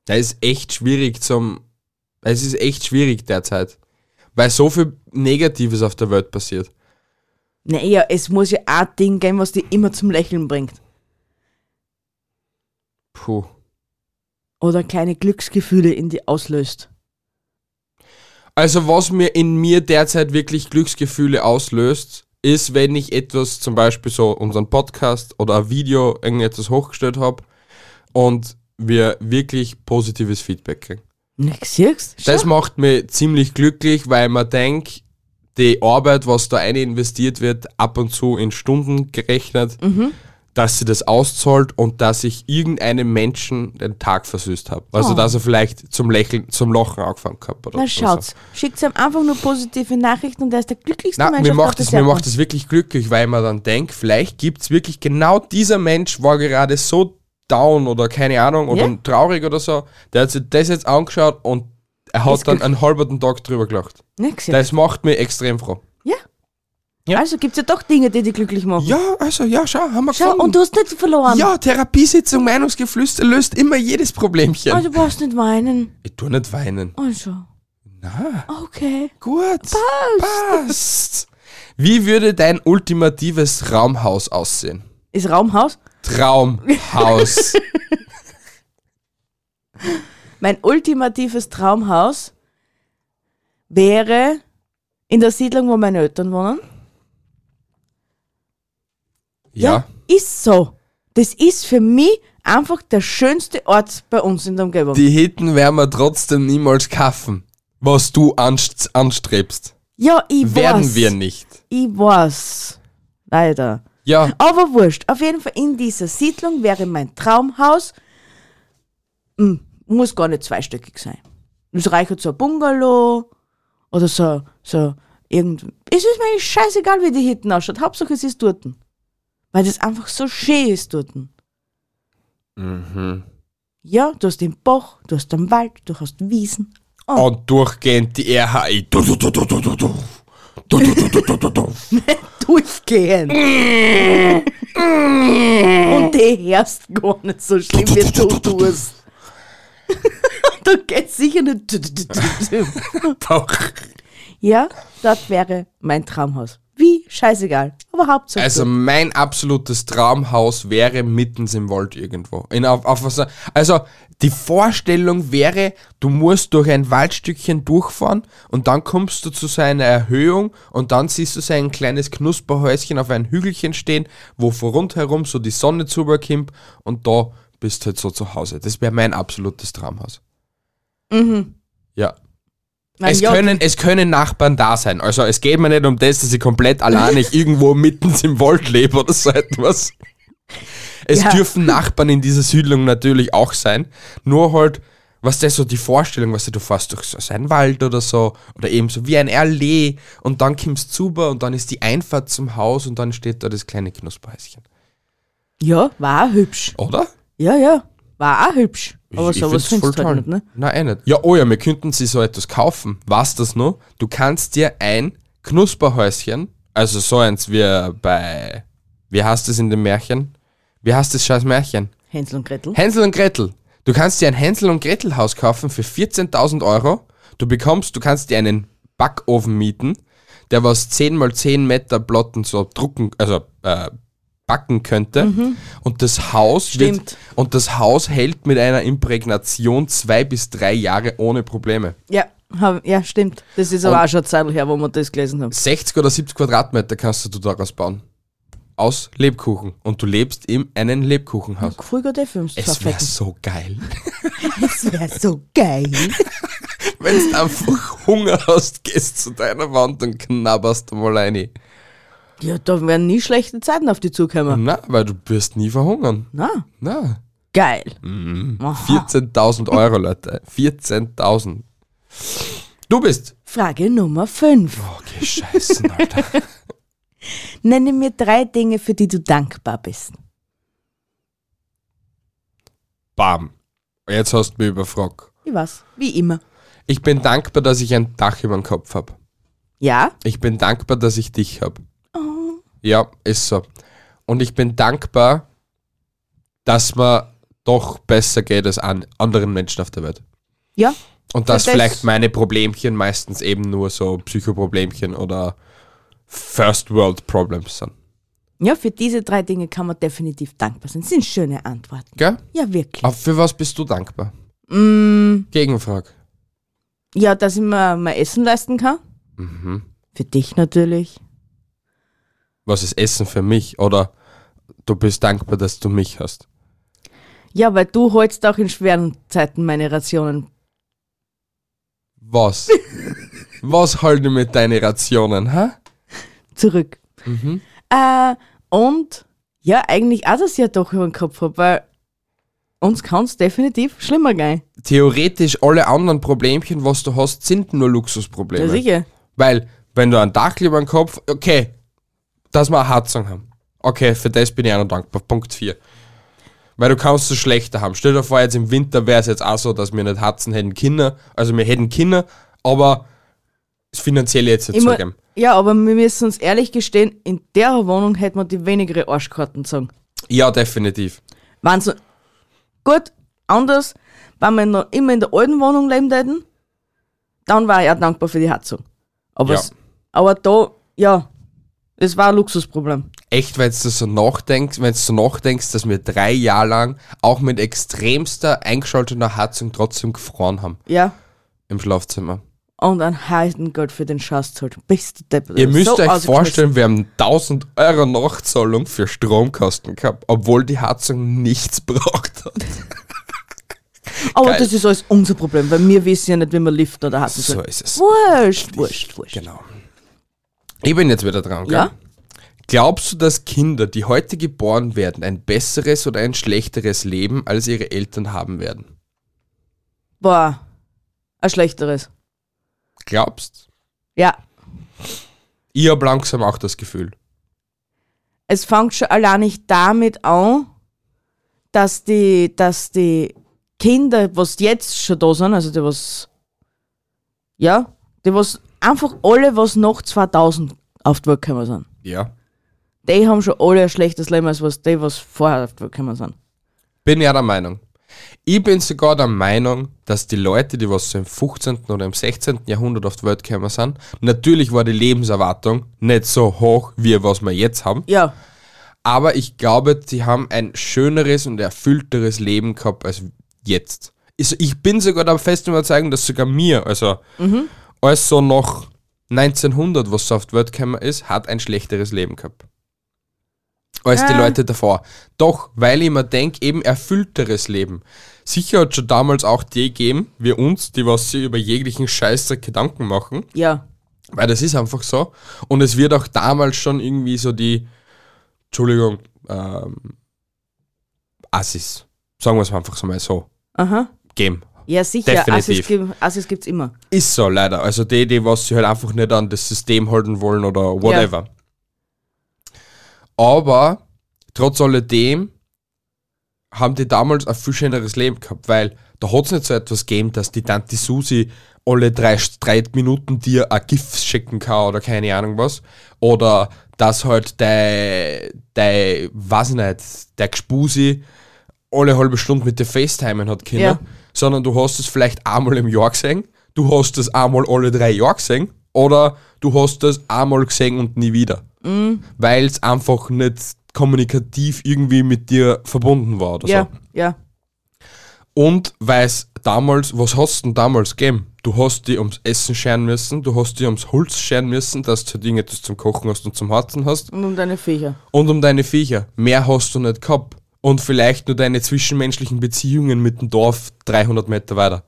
[SPEAKER 1] Da ist echt schwierig zum. Es ist echt schwierig derzeit. Weil so viel Negatives auf der Welt passiert.
[SPEAKER 2] Naja, es muss ja ein Ding geben, was dich immer zum Lächeln bringt.
[SPEAKER 1] Puh.
[SPEAKER 2] oder kleine Glücksgefühle in die auslöst.
[SPEAKER 1] Also was mir in mir derzeit wirklich Glücksgefühle auslöst, ist, wenn ich etwas, zum Beispiel so unseren Podcast oder ein Video, irgendetwas hochgestellt habe und wir wirklich positives Feedback kriegen.
[SPEAKER 2] Na, siehst
[SPEAKER 1] Das macht mir ziemlich glücklich, weil man denkt, die Arbeit, was da eine investiert wird, ab und zu in Stunden gerechnet,
[SPEAKER 2] Mhm.
[SPEAKER 1] dass sie das auszahlt und dass ich irgendeinem Menschen den Tag versüßt habe. Also
[SPEAKER 2] Oh.
[SPEAKER 1] dass er vielleicht zum Lächeln, zum Lachen angefangen hat. Oder
[SPEAKER 2] Na
[SPEAKER 1] oder
[SPEAKER 2] schaut's, schickt ihm einfach nur positive Nachrichten und er ist der glücklichste
[SPEAKER 1] Na,
[SPEAKER 2] Mensch
[SPEAKER 1] mir
[SPEAKER 2] auf
[SPEAKER 1] macht,
[SPEAKER 2] der
[SPEAKER 1] es, mir
[SPEAKER 2] Erde.
[SPEAKER 1] macht es wirklich glücklich, weil man dann denkt, vielleicht gibt es wirklich genau dieser Mensch war gerade so down oder keine Ahnung oder
[SPEAKER 2] Ja.
[SPEAKER 1] traurig oder so, der hat sich das jetzt angeschaut und er hat
[SPEAKER 2] Ist
[SPEAKER 1] dann
[SPEAKER 2] glücklich.
[SPEAKER 1] einen halben Tag drüber gelacht.
[SPEAKER 2] Na, siehst.
[SPEAKER 1] Das macht mich extrem froh.
[SPEAKER 2] ja.
[SPEAKER 1] Ja.
[SPEAKER 2] Also gibt's ja doch Dinge, die dich glücklich machen.
[SPEAKER 1] Ja, also ja, schau, haben wir
[SPEAKER 2] Schau, und du hast nicht verloren.
[SPEAKER 1] ja, Therapiesitzung Meinungsgeflüster löst immer jedes Problemchen.
[SPEAKER 2] Oh, du brauchst nicht weinen.
[SPEAKER 1] ich tu nicht weinen.
[SPEAKER 2] Also,
[SPEAKER 1] Na,
[SPEAKER 2] okay.
[SPEAKER 1] gut. Passt. Passt. Wie würde dein ultimatives Raumhaus aussehen?
[SPEAKER 2] Ist Raumhaus?
[SPEAKER 1] Traumhaus.
[SPEAKER 2] Mein ultimatives Traumhaus wäre in der Siedlung, wo meine Eltern wohnen.
[SPEAKER 1] ja.
[SPEAKER 2] Ist so. Das ist für mich einfach der schönste Ort bei uns in der Umgebung.
[SPEAKER 1] Die Hitten werden wir trotzdem niemals kaufen, was du anst anstrebst.
[SPEAKER 2] ja, ich
[SPEAKER 1] Werden
[SPEAKER 2] weiß.
[SPEAKER 1] wir nicht.
[SPEAKER 2] Ich weiß. Leider.
[SPEAKER 1] Ja,
[SPEAKER 2] Aber wurscht. Auf jeden Fall in dieser Siedlung wäre mein Traumhaus. Hm, muss gar nicht zweistöckig sein. Es reicht so ein Bungalow oder so, so irgend. Es ist mir eigentlich scheißegal, wie die hinten ausschaut. Hauptsache es ist dort. Weil das einfach so schön ist dort. Ja, du hast den Bach, du hast den Wald, du hast Wiesen.
[SPEAKER 1] und durchgehend die RHI. Du, du, du, du, du, du, du. Du, du, du, du, du, du, du.
[SPEAKER 2] Durchgehend. Und die hörst gar nicht so schlimm, wie du tust. da geht's sicher nicht.
[SPEAKER 1] Doch.
[SPEAKER 2] Ja, dort wäre mein Traumhaus. Wie? Scheißegal. Aber Hauptsache.
[SPEAKER 1] Also
[SPEAKER 2] dort.
[SPEAKER 1] mein absolutes Traumhaus wäre mittens im Wald irgendwo. In, auf, auf, was- also die Vorstellung wäre, du musst durch ein Waldstückchen durchfahren und dann kommst du zu so einer Erhöhung und dann siehst du so ein kleines Knusperhäuschen auf einem Hügelchen stehen, wo von rundherum so die Sonne zuberkommt und da bist halt so zu Hause. Das wäre mein absolutes Traumhaus. Mhm. Ja.
[SPEAKER 2] Mein
[SPEAKER 1] Es
[SPEAKER 2] Job.
[SPEAKER 1] können, es können Nachbarn da sein. Also es geht mir nicht um das, dass ich komplett alleinig irgendwo mitten im Wald lebe oder so etwas. Es
[SPEAKER 2] Ja.
[SPEAKER 1] dürfen Nachbarn in dieser Siedlung natürlich auch sein. Nur halt, was das so die Vorstellung, was du fährst durch so einen Wald oder so, oder eben so wie ein Allee und dann kommst du rüber und dann ist die Einfahrt zum Haus und dann steht da das kleine Knusperhäuschen.
[SPEAKER 2] Ja, war auch hübsch.
[SPEAKER 1] Oder?
[SPEAKER 2] Ja, ja. War auch hübsch. Aber
[SPEAKER 1] ich
[SPEAKER 2] sowas
[SPEAKER 1] find's voll
[SPEAKER 2] findest du
[SPEAKER 1] toll.
[SPEAKER 2] halt nicht, ne?
[SPEAKER 1] Nein, eh nicht. Ja, oh ja, wir könnten sie so etwas kaufen. Was das nur? Du kannst dir ein Knusperhäuschen, also so eins wie bei, wie heißt es in dem Märchen? Wie heißt das scheiß Märchen?
[SPEAKER 2] ne? Hänsel und Gretel.
[SPEAKER 1] Hänsel und Gretel. Du kannst dir ein Hänsel und Gretel Haus kaufen für 14.000 Euro. Du bekommst, du kannst dir einen Backofen mieten, der was 10 mal 10 Meter Platten so drucken, also äh, backen könnte. Und das Haus wird,
[SPEAKER 2] Stimmt.
[SPEAKER 1] und das Haus hält mit einer Imprägnation zwei bis drei Jahre ohne Probleme.
[SPEAKER 2] Ja, hab, ja, stimmt. Das ist aber auch schon eine Zeit her, wo wir das gelesen haben.
[SPEAKER 1] 60 oder 70 Quadratmeter kannst du daraus bauen. Aus Lebkuchen. Und du lebst in einem Lebkuchenhaus.
[SPEAKER 2] Früher der Film zu
[SPEAKER 1] Es wäre
[SPEAKER 2] verfecken.
[SPEAKER 1] so geil.
[SPEAKER 2] Das wäre so geil.
[SPEAKER 1] Wenn du einfach Hunger hast, gehst zu deiner Wand und knabberst mal rein.
[SPEAKER 2] Ja, da werden nie schlechte Zeiten auf die zukommen.
[SPEAKER 1] Na, weil du wirst nie verhungern.
[SPEAKER 2] Na,
[SPEAKER 1] Na,
[SPEAKER 2] geil.
[SPEAKER 1] 14.000 Euro, Leute. 14.000. Du bist.
[SPEAKER 2] Frage Nummer 5.
[SPEAKER 1] Oh, gescheißen, Alter.
[SPEAKER 2] Nenne mir drei Dinge, für die du dankbar bist.
[SPEAKER 1] Bam. Jetzt hast du mich überfragt.
[SPEAKER 2] Ich weiß, wie immer.
[SPEAKER 1] Ich bin dankbar, dass ich ein Dach über dem Kopf habe.
[SPEAKER 2] Ja?
[SPEAKER 1] Ich bin dankbar, dass ich dich habe. Ja, ist so. Und ich bin dankbar, dass mir doch besser geht als an anderen Menschen auf der Welt.
[SPEAKER 2] Ja?
[SPEAKER 1] Und dass
[SPEAKER 2] das-
[SPEAKER 1] vielleicht meine Problemchen meistens eben nur so Psychoproblemchen oder First World Problems sind.
[SPEAKER 2] Ja, für diese drei Dinge kann man definitiv dankbar sein. Das sind schöne Antworten.
[SPEAKER 1] Gell?
[SPEAKER 2] Ja, wirklich.
[SPEAKER 1] Aber für was bist du dankbar?
[SPEAKER 2] Mm,
[SPEAKER 1] Gegenfrage.
[SPEAKER 2] ja, dass ich mir mein Essen leisten kann.
[SPEAKER 1] Mhm.
[SPEAKER 2] Für dich natürlich.
[SPEAKER 1] Was ist Essen für mich? Oder du bist dankbar, dass du mich hast.
[SPEAKER 2] Ja, weil du holst auch in schweren Zeiten meine Rationen.
[SPEAKER 1] Was? was halt du mit deinen Rationen, hä?
[SPEAKER 2] zurück.
[SPEAKER 1] Mhm.
[SPEAKER 2] Äh, und ja, eigentlich auch, dass ich ja doch über den Kopf habe, weil uns kann es definitiv schlimmer gehen.
[SPEAKER 1] Theoretisch alle anderen Problemchen, was du hast, sind nur Luxusprobleme.
[SPEAKER 2] Ja, sicher.
[SPEAKER 1] Weil, wenn du ein Dach über den Kopf, okay, dass wir eine Heizung haben. Okay, für das bin ich auch noch dankbar. Punkt 4. Weil du kannst es schlechter haben. Stell dir vor, jetzt im Winter wäre es jetzt auch so, dass wir nicht Herzen hätten Kinder. Also wir hätten Kinder, aber das finanzielle jetzt nicht
[SPEAKER 2] Ich mu-
[SPEAKER 1] zugeben.
[SPEAKER 2] ja, aber wir müssen uns ehrlich gestehen, in der Wohnung hätte man die wenigere Arschkarten sagen.
[SPEAKER 1] Ja, definitiv.
[SPEAKER 2] Wahnsinn. Gut, anders, wenn wir noch immer in der alten Wohnung leben hätten, dann war ich auch dankbar für die Heizung. Aber,
[SPEAKER 1] Ja.
[SPEAKER 2] es, aber da, ja, es war ein Luxusproblem.
[SPEAKER 1] Echt, wenn du so nachdenkst, wenn du so nachdenkst, dass wir drei Jahre lang auch mit extremster eingeschalteter Heizung trotzdem gefroren haben
[SPEAKER 2] Ja.
[SPEAKER 1] im Schlafzimmer.
[SPEAKER 2] und ein heißen Geld für den Schatz zahlt. Bist du deppert.
[SPEAKER 1] Ihr müsst
[SPEAKER 2] So
[SPEAKER 1] euch
[SPEAKER 2] ausgeschmissen.
[SPEAKER 1] vorstellen, wir haben 1000 Euro Nachzahlung für Stromkosten gehabt, obwohl die Heizung nichts braucht hat.
[SPEAKER 2] Aber
[SPEAKER 1] Geil.
[SPEAKER 2] das ist alles unser Problem, weil wir wissen ja nicht, wie man Lift oder heißen
[SPEAKER 1] So
[SPEAKER 2] soll.
[SPEAKER 1] ist es.
[SPEAKER 2] Wurscht, wurscht, wurscht.
[SPEAKER 1] Genau. Ich bin jetzt wieder dran, gell?
[SPEAKER 2] Ja?
[SPEAKER 1] Glaubst du, dass Kinder, die heute geboren werden, ein besseres oder ein schlechteres Leben als ihre Eltern haben werden?
[SPEAKER 2] Boah, ein schlechteres.
[SPEAKER 1] Glaubst?
[SPEAKER 2] Ja,
[SPEAKER 1] Ich habe langsam auch das Gefühl.
[SPEAKER 2] es fängt schon allein nicht damit an, dass die, dass die Kinder, was jetzt schon da sind, also die was, ja, die was einfach alle, was nach 2000 auf die Welt gekommen sind,
[SPEAKER 1] Ja.
[SPEAKER 2] die haben schon alle ein schlechtes Leben, als was die, was vorher auf die Welt gekommen sind.
[SPEAKER 1] Bin ja der Meinung. Ich bin sogar der Meinung, dass die Leute, die was so im 15. oder im 16. Jahrhundert auf die Welt gekommen sind, natürlich war die Lebenserwartung nicht so hoch, wie was wir jetzt haben,
[SPEAKER 2] Ja,
[SPEAKER 1] aber ich glaube, sie haben ein schöneres und erfüllteres Leben gehabt als jetzt. Also Ich bin sogar der festen Überzeugung, dass sogar mir, also als so noch 1900, was so auf die Welt gekommen ist, hat ein schlechteres Leben gehabt. Als die
[SPEAKER 2] Ah.
[SPEAKER 1] Leute davor. Doch, weil ich mir denke, eben erfüllteres Leben. Sicher hat schon damals auch die gegeben, wie uns, die was sie über jeglichen Scheißdreck Gedanken machen.
[SPEAKER 2] ja.
[SPEAKER 1] Weil das ist einfach so. Und es wird auch damals schon irgendwie so die, Entschuldigung, ähm, Assis. Sagen wir es einfach so mal so.
[SPEAKER 2] Aha.
[SPEAKER 1] Game.
[SPEAKER 2] Ja, sicher.
[SPEAKER 1] Definitiv.
[SPEAKER 2] Assis, gibt- Assis gibt's immer.
[SPEAKER 1] Ist so, leider. Also die, die was sie halt einfach nicht an das System halten wollen oder whatever. Aber trotz alledem haben die damals ein viel schöneres Leben gehabt, weil da hat es nicht so etwas gegeben, dass die Tante Susi alle drei, drei Minuten dir ein GIF schicken kann oder keine Ahnung was. Oder dass halt dein, dein weiß nicht, der Gspusi alle halbe Stunde mit dir FaceTimen hat können,
[SPEAKER 2] Ja.
[SPEAKER 1] sondern du hast es vielleicht einmal im Jahr gesehen, du hast es einmal alle drei Jahre gesehen oder du hast es einmal gesehen und nie wieder. Weil es einfach nicht kommunikativ irgendwie mit dir verbunden war oder
[SPEAKER 2] Ja,
[SPEAKER 1] so.
[SPEAKER 2] ja.
[SPEAKER 1] Und weil es damals, was hast du denn damals gegeben? Du hast dir ums Essen scheren müssen, du hast dir ums Holz scheren müssen, dass du halt irgendetwas zum Kochen hast und zum Harzen hast
[SPEAKER 2] Und um deine Viecher.
[SPEAKER 1] und um deine Viecher. Mehr hast du nicht gehabt. Und vielleicht nur deine zwischenmenschlichen Beziehungen mit dem Dorf 300 Meter weiter.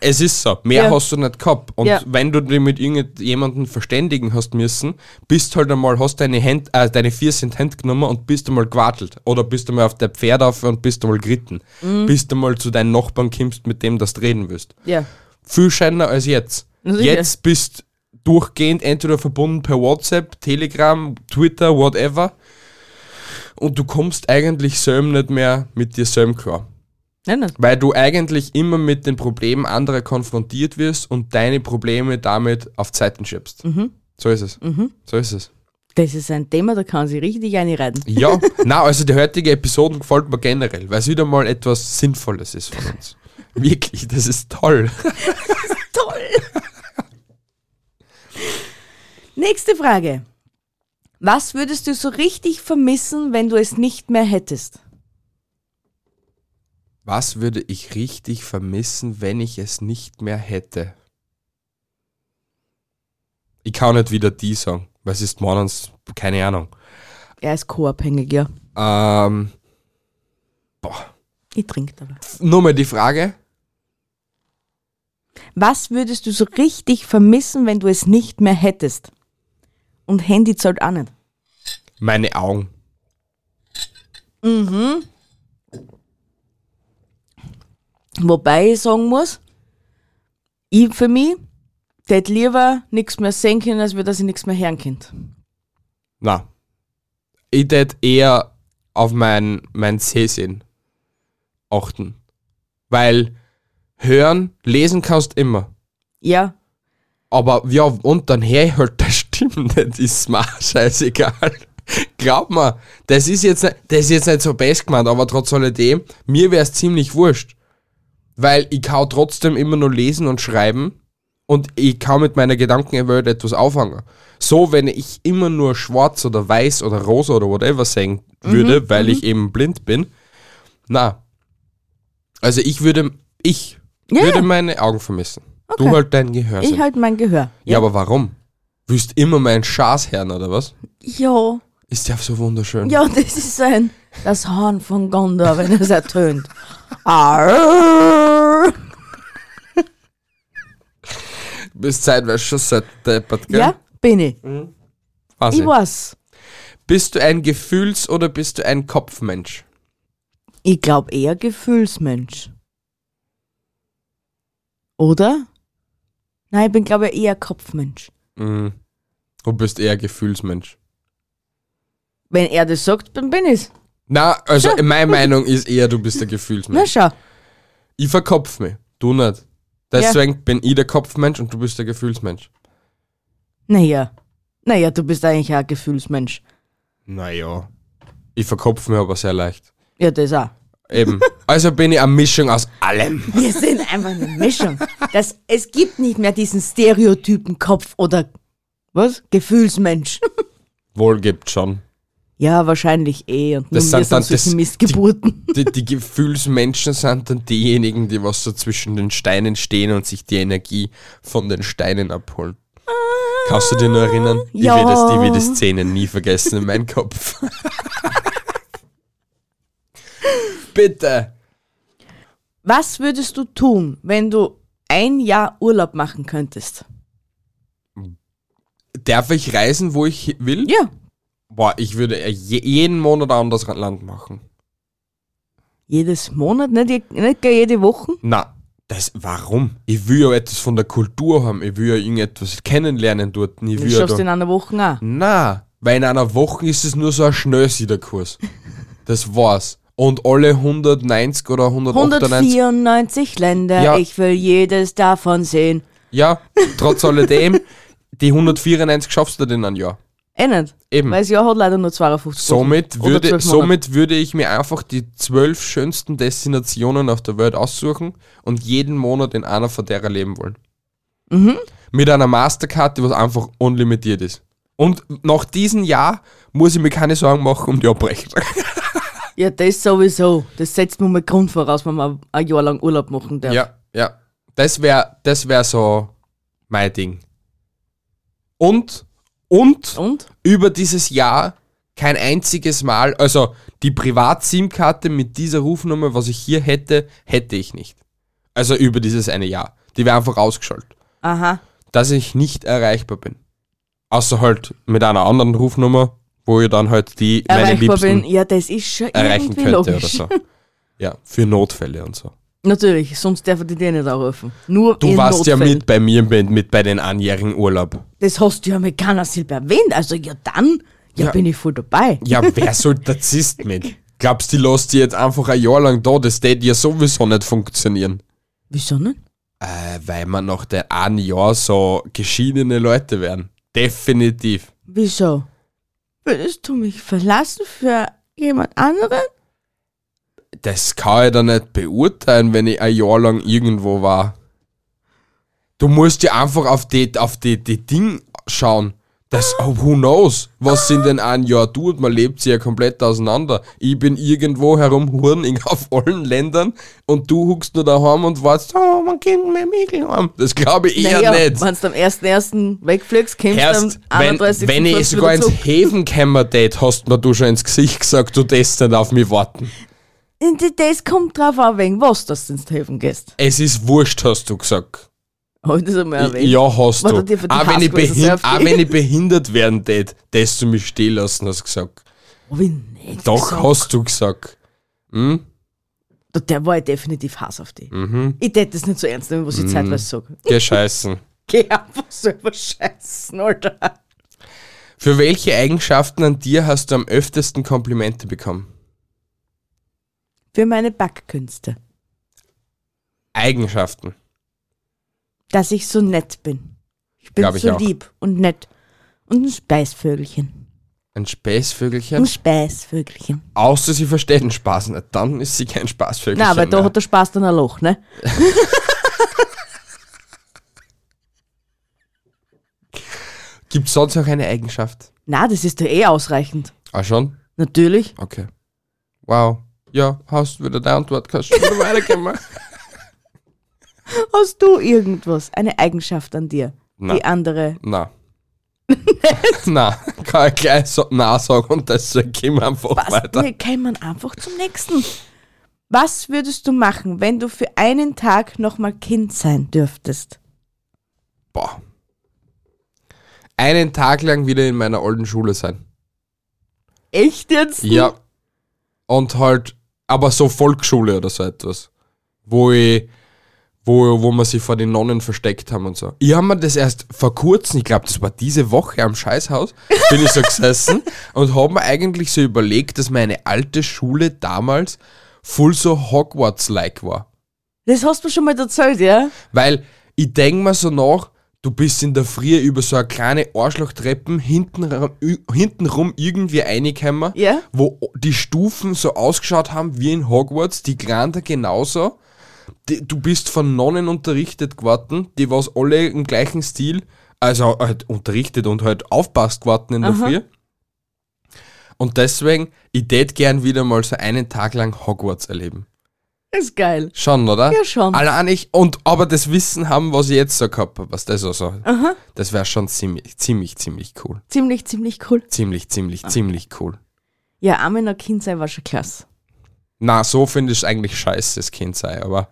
[SPEAKER 1] es ist so. Mehr
[SPEAKER 2] Ja.
[SPEAKER 1] hast du nicht gehabt. Und
[SPEAKER 2] Ja.
[SPEAKER 1] wenn du dich mit irgendjemandem verständigen hast müssen, bist halt einmal, hast deine Hand, äh, deine vier sind Hand genommen und bist einmal gewartelt. Oder bist einmal auf der Pferd auf und bist einmal geritten.
[SPEAKER 2] Mhm.
[SPEAKER 1] Bist einmal zu deinen Nachbarn kimmst, mit dem das reden willst
[SPEAKER 2] Ja.
[SPEAKER 1] viel schöner als jetzt.
[SPEAKER 2] Sicher.
[SPEAKER 1] Jetzt bist durchgehend entweder verbunden per WhatsApp, Telegram, Twitter, whatever. Und du kommst eigentlich selber nicht mehr mit dir selber klar.
[SPEAKER 2] Nein, nein.
[SPEAKER 1] Weil du eigentlich immer mit den Problemen anderer konfrontiert wirst und deine Probleme damit auf Zeiten schiebst. So ist es. So ist es.
[SPEAKER 2] Das ist ein Thema, da kann sie richtig einreiten.
[SPEAKER 1] Ja, na also die heutige Episode gefällt mir generell, weil es wieder mal etwas Sinnvolles ist von uns. Wirklich, das ist toll.
[SPEAKER 2] Toll! Nächste Frage. Was würdest du so richtig vermissen, wenn du es nicht mehr hättest?
[SPEAKER 1] Was würde ich richtig vermissen, wenn ich es nicht mehr hätte? Ich kann nicht wieder die sagen, weil es ist morgens, keine Ahnung.
[SPEAKER 2] Er ist co-abhängig, ja.
[SPEAKER 1] Ähm, boah.
[SPEAKER 2] Ich trinke dabei.
[SPEAKER 1] Nur mal die Frage,
[SPEAKER 2] Was würdest du so richtig vermissen, wenn du es nicht mehr hättest? Und Handy zahlt auch nicht.
[SPEAKER 1] meine Augen.
[SPEAKER 2] Wobei ich sagen muss, ich für mich tät lieber nichts mehr sehen können, als wir, dass ich nichts mehr hören könnt.
[SPEAKER 1] Na, ich tät eher auf mein, mein Sehsinn achten. Weil hören, lesen kannst immer.
[SPEAKER 2] Ja,
[SPEAKER 1] Aber ja, und dann hör ich halt, das stimmt nicht, ist mir auch scheißegal. Glaub mir, das ist jetzt nicht, das ist jetzt nicht so best gemeint, aber trotz alledem, mir wär's ziemlich wurscht. Weil ich kann trotzdem immer nur lesen und schreiben und ich kann mit meiner Gedankenwelt etwas auffangen. So, wenn ich immer nur schwarz oder weiß oder rosa oder whatever sehen
[SPEAKER 2] Mhm,
[SPEAKER 1] würde, weil ich eben blind bin. Na. Also ich würde, ich
[SPEAKER 2] Ja,
[SPEAKER 1] würde
[SPEAKER 2] ja.
[SPEAKER 1] meine Augen vermissen. Du
[SPEAKER 2] Okay.
[SPEAKER 1] halt dein Gehör.
[SPEAKER 2] ich halt mein Gehör.
[SPEAKER 1] Ja, aber warum? Willst immer meinen Schaß hören, oder was?
[SPEAKER 2] Ja,
[SPEAKER 1] Ist ja so wunderschön.
[SPEAKER 2] ja, das ist ein, das Horn von Gondor, wenn es ertönt. Arrrrrr.
[SPEAKER 1] Bist zeitweise schon seit deppert, gell?
[SPEAKER 2] Ja, bin ich.
[SPEAKER 1] Weiß
[SPEAKER 2] Ich
[SPEAKER 1] ich.
[SPEAKER 2] weiß.
[SPEAKER 1] Bist du ein Gefühls- oder bist du ein Kopfmensch?
[SPEAKER 2] Ich glaube eher Gefühlsmensch. Oder? Nein, ich bin glaube ich eher Kopfmensch.
[SPEAKER 1] Mhm. Du bist eher Gefühlsmensch.
[SPEAKER 2] Wenn er das sagt, dann bin ich's.
[SPEAKER 1] Na, also
[SPEAKER 2] Ja.
[SPEAKER 1] meine Meinung ist eher, du bist der
[SPEAKER 2] Na
[SPEAKER 1] Gefühlsmensch.
[SPEAKER 2] schau.
[SPEAKER 1] Ich verkopf mich, du nicht. Deswegen bin ich der Kopfmensch und du bist der Gefühlsmensch.
[SPEAKER 2] Naja. Naja, du bist eigentlich auch ein Gefühlsmensch.
[SPEAKER 1] Naja. Ich verkopf mich aber sehr leicht.
[SPEAKER 2] Ja, das auch.
[SPEAKER 1] Eben. also bin ich eine Mischung aus allem.
[SPEAKER 2] Wir sind einfach eine Mischung. Das, es gibt nicht mehr diesen Stereotypen Kopf oder was? Gefühlsmensch.
[SPEAKER 1] Wohl gibt schon.
[SPEAKER 2] Ja, wahrscheinlich eh. Und nur
[SPEAKER 1] Das
[SPEAKER 2] wir
[SPEAKER 1] sind
[SPEAKER 2] sind
[SPEAKER 1] dann
[SPEAKER 2] solche
[SPEAKER 1] das-
[SPEAKER 2] Missgeburten.
[SPEAKER 1] die, die Gefühlsmenschen sind dann diejenigen, die was so zwischen den Steinen stehen und sich die Energie von den Steinen abholen. Kannst du dich noch erinnern?
[SPEAKER 2] Ja.
[SPEAKER 1] Ich will, das, ich will die Szene nie vergessen in meinem Kopf. Bitte.
[SPEAKER 2] Was würdest du tun, wenn du ein Jahr Urlaub machen könntest?
[SPEAKER 1] Darf ich reisen, wo ich hi- will?
[SPEAKER 2] Ja.
[SPEAKER 1] Boah, ich würde je- jeden Monat ein anderes Land machen.
[SPEAKER 2] Jedes Monat, nicht, je- nicht gar jede Woche?
[SPEAKER 1] Na, das, warum? Ich will ja etwas von der Kultur haben. Ich will ja irgendetwas kennenlernen dort. Ich will
[SPEAKER 2] Das
[SPEAKER 1] ja
[SPEAKER 2] schaffst
[SPEAKER 1] da-
[SPEAKER 2] du in einer Woche auch.
[SPEAKER 1] Na, weil in einer Woche ist es nur so ein Schnellsiederkurs. Das war's. Und alle 190 oder 198.
[SPEAKER 2] 194 Länder,
[SPEAKER 1] Ja.
[SPEAKER 2] ich will jedes davon sehen.
[SPEAKER 1] Ja, trotz alledem, die 194 schaffst du denn ein Jahr.
[SPEAKER 2] Eh nicht.
[SPEAKER 1] Eben.
[SPEAKER 2] Weil das Jahr hat leider nur 52
[SPEAKER 1] Hm. Somit
[SPEAKER 2] Wochen. Oder
[SPEAKER 1] würde,
[SPEAKER 2] 12 Monate.
[SPEAKER 1] somit würde ich mir einfach die zwölf schönsten Destinationen auf der Welt aussuchen und jeden Monat in einer von derer leben wollen.
[SPEAKER 2] Mhm.
[SPEAKER 1] Mit einer Mastercard, die was einfach unlimitiert ist. Und nach diesem Jahr muss ich mir keine Sorgen machen um die Abrechnung.
[SPEAKER 2] Ja, das sowieso. Das setzt nun mal Grund voraus, wenn man ein Jahr lang Urlaub machen darf.
[SPEAKER 1] Ja, ja. Das wäre das wär so mein Ding. Und, und,
[SPEAKER 2] Und?
[SPEAKER 1] über dieses Jahr kein einziges Mal, also die Privat-SIM-Karte mit dieser Rufnummer, was ich hier hätte, hätte ich nicht. Also über dieses eine Jahr. Die wäre einfach ausgeschaltet.
[SPEAKER 2] Aha.
[SPEAKER 1] Dass ich nicht erreichbar bin. Außer halt mit einer anderen Rufnummer, wo ich dann halt die meine
[SPEAKER 2] Erreichbar
[SPEAKER 1] Liebsten
[SPEAKER 2] bin. Ja, das ist schon
[SPEAKER 1] erreichen
[SPEAKER 2] irgendwie
[SPEAKER 1] könnte oder
[SPEAKER 2] logisch.
[SPEAKER 1] so. Ja, für Notfälle und so.
[SPEAKER 2] Natürlich, sonst darf er die dir nicht anrufen. Nur
[SPEAKER 1] Du
[SPEAKER 2] in
[SPEAKER 1] warst ja
[SPEAKER 2] Notfällen.
[SPEAKER 1] mit bei mir mit, mit bei den einjährigen Urlaub.
[SPEAKER 2] Das hast du ja mit keiner Silber erwähnt. Also ja dann, ja,
[SPEAKER 1] Ja.
[SPEAKER 2] bin ich voll dabei.
[SPEAKER 1] Ja, wer soll Narzisst mit? Glaubst du, die lässt die jetzt einfach ein Jahr lang da? Das tät ja sowieso nicht funktionieren.
[SPEAKER 2] Wieso nicht?
[SPEAKER 1] Äh, weil man nach der einen Jahr so geschiedene Leute werden. Definitiv.
[SPEAKER 2] Wieso? Würdest du mich verlassen für jemand anderen?
[SPEAKER 1] Das kann ich da nicht beurteilen, wenn ich ein Jahr lang irgendwo war. Du musst ja einfach auf die, auf die, die Ding schauen. Das, oh, who knows, was sie in den ein Jahr tut. Man lebt sie ja komplett auseinander. Ich bin irgendwo herumhuren in- auf allen Ländern und du huckst nur daheim und wartest, oh, mein Kind, mein Mädel haben. Das glaube ich eher nicht.
[SPEAKER 2] Wenn du am 1.1. wegfliegst, kommst du am
[SPEAKER 1] Erst, wenn,
[SPEAKER 2] 31.
[SPEAKER 1] wenn ich sogar ins Häfen gekommen tät, hast mir du schon ins Gesicht gesagt, du darfst nicht auf mich warten.
[SPEAKER 2] Und Das kommt drauf an, wegen was dass du ins Häfen gehst.
[SPEAKER 1] Es ist wurscht, hast du gesagt.
[SPEAKER 2] Habe ich das einmal erwähnt?
[SPEAKER 1] Ja, hast
[SPEAKER 2] Warte,
[SPEAKER 1] du.
[SPEAKER 2] die- die
[SPEAKER 1] Auch wenn, ich
[SPEAKER 2] Haskell ist das
[SPEAKER 1] behind,
[SPEAKER 2] nervt
[SPEAKER 1] auch
[SPEAKER 2] mich.
[SPEAKER 1] wenn ich behindert werden tät, das du mich stehen lassen, hast du gesagt.
[SPEAKER 2] Hab ich nicht
[SPEAKER 1] Doch,
[SPEAKER 2] gesagt.
[SPEAKER 1] hast du gesagt.
[SPEAKER 2] Da- Der war ja definitiv Hass auf dich.
[SPEAKER 1] Mhm.
[SPEAKER 2] Ich tät das nicht so ernst nehmen, was ich zeitweise sage.
[SPEAKER 1] Gescheißen.
[SPEAKER 2] Geh einfach selber scheißen, Alter.
[SPEAKER 1] Für welche Eigenschaften an dir hast du am öftesten Komplimente bekommen?
[SPEAKER 2] Für meine Backkünste.
[SPEAKER 1] Eigenschaften.
[SPEAKER 2] Dass ich so nett bin. Ich bin
[SPEAKER 1] Glaub ich
[SPEAKER 2] so
[SPEAKER 1] auch.
[SPEAKER 2] lieb und nett. Und ein Speisvögelchen.
[SPEAKER 1] Ein
[SPEAKER 2] Ein
[SPEAKER 1] Spaßvögelchen?
[SPEAKER 2] Speisvögelchen.
[SPEAKER 1] Außer sie versteht den Spaß nicht, dann ist sie kein Spaßvögelchen.
[SPEAKER 2] Na, aber da
[SPEAKER 1] mehr.
[SPEAKER 2] hat der Spaß dann ein Loch, ne?
[SPEAKER 1] Gibt sonst noch eine Eigenschaft?
[SPEAKER 2] Na, das ist ja eh ausreichend.
[SPEAKER 1] Ah, schon?
[SPEAKER 2] Natürlich.
[SPEAKER 1] Okay. Wow. Ja, hast du wieder deine Antwort, kannst schon wieder weiterkommen.
[SPEAKER 2] Hast du irgendwas, eine Eigenschaft an dir,
[SPEAKER 1] Na.
[SPEAKER 2] die andere
[SPEAKER 1] Na. Na, kann ich gleich so, na sagen und das gehen wir einfach
[SPEAKER 2] passt?
[SPEAKER 1] weiter.
[SPEAKER 2] Wir kämen einfach zum nächsten. Was würdest du machen, wenn du für einen Tag nochmal Kind sein dürftest?
[SPEAKER 1] Boah. Einen Tag lang wieder in meiner alten Schule sein.
[SPEAKER 2] Echt jetzt?
[SPEAKER 1] Ja. Und halt, aber so Volksschule oder so etwas. Wo ich, wo, wo wir sie vor den Nonnen versteckt haben und so. Ich habe mir das erst vor kurzem, ich glaube, das war diese Woche am Scheißhaus, bin ich so gesessen und habe mir eigentlich so überlegt, dass meine alte Schule damals voll so Hogwarts-like war.
[SPEAKER 2] Das hast du schon mal erzählt, ja?
[SPEAKER 1] Weil ich denke mir so nach, du bist in der Früh über so eine kleine Arschlochtreppen hintenrum, hintenrum irgendwie reingekommen,
[SPEAKER 2] Ja.
[SPEAKER 1] wo die Stufen so ausgeschaut haben wie in Hogwarts, die Grander genauso. Die, du bist von Nonnen unterrichtet geworden, die was alle im gleichen Stil, also halt unterrichtet und halt aufpasst geworden in der Früh. Und deswegen, ich tät gern wieder mal so einen Tag lang Hogwarts erleben.
[SPEAKER 2] Ist geil.
[SPEAKER 1] Schon, oder?
[SPEAKER 2] Ja, schon.
[SPEAKER 1] Allein ich, und aber das Wissen haben, was ich jetzt so gehabt habe, was das so so. Das wäre schon ziemlich, ziemlich, ziemlich cool.
[SPEAKER 2] Ziemlich, ziemlich cool.
[SPEAKER 1] Ziemlich, ziemlich, ziemlich cool.
[SPEAKER 2] Ja, einmal noch Kind sein war schon klasse.
[SPEAKER 1] Na, so finde ich es eigentlich scheiße, das Kind sei, aber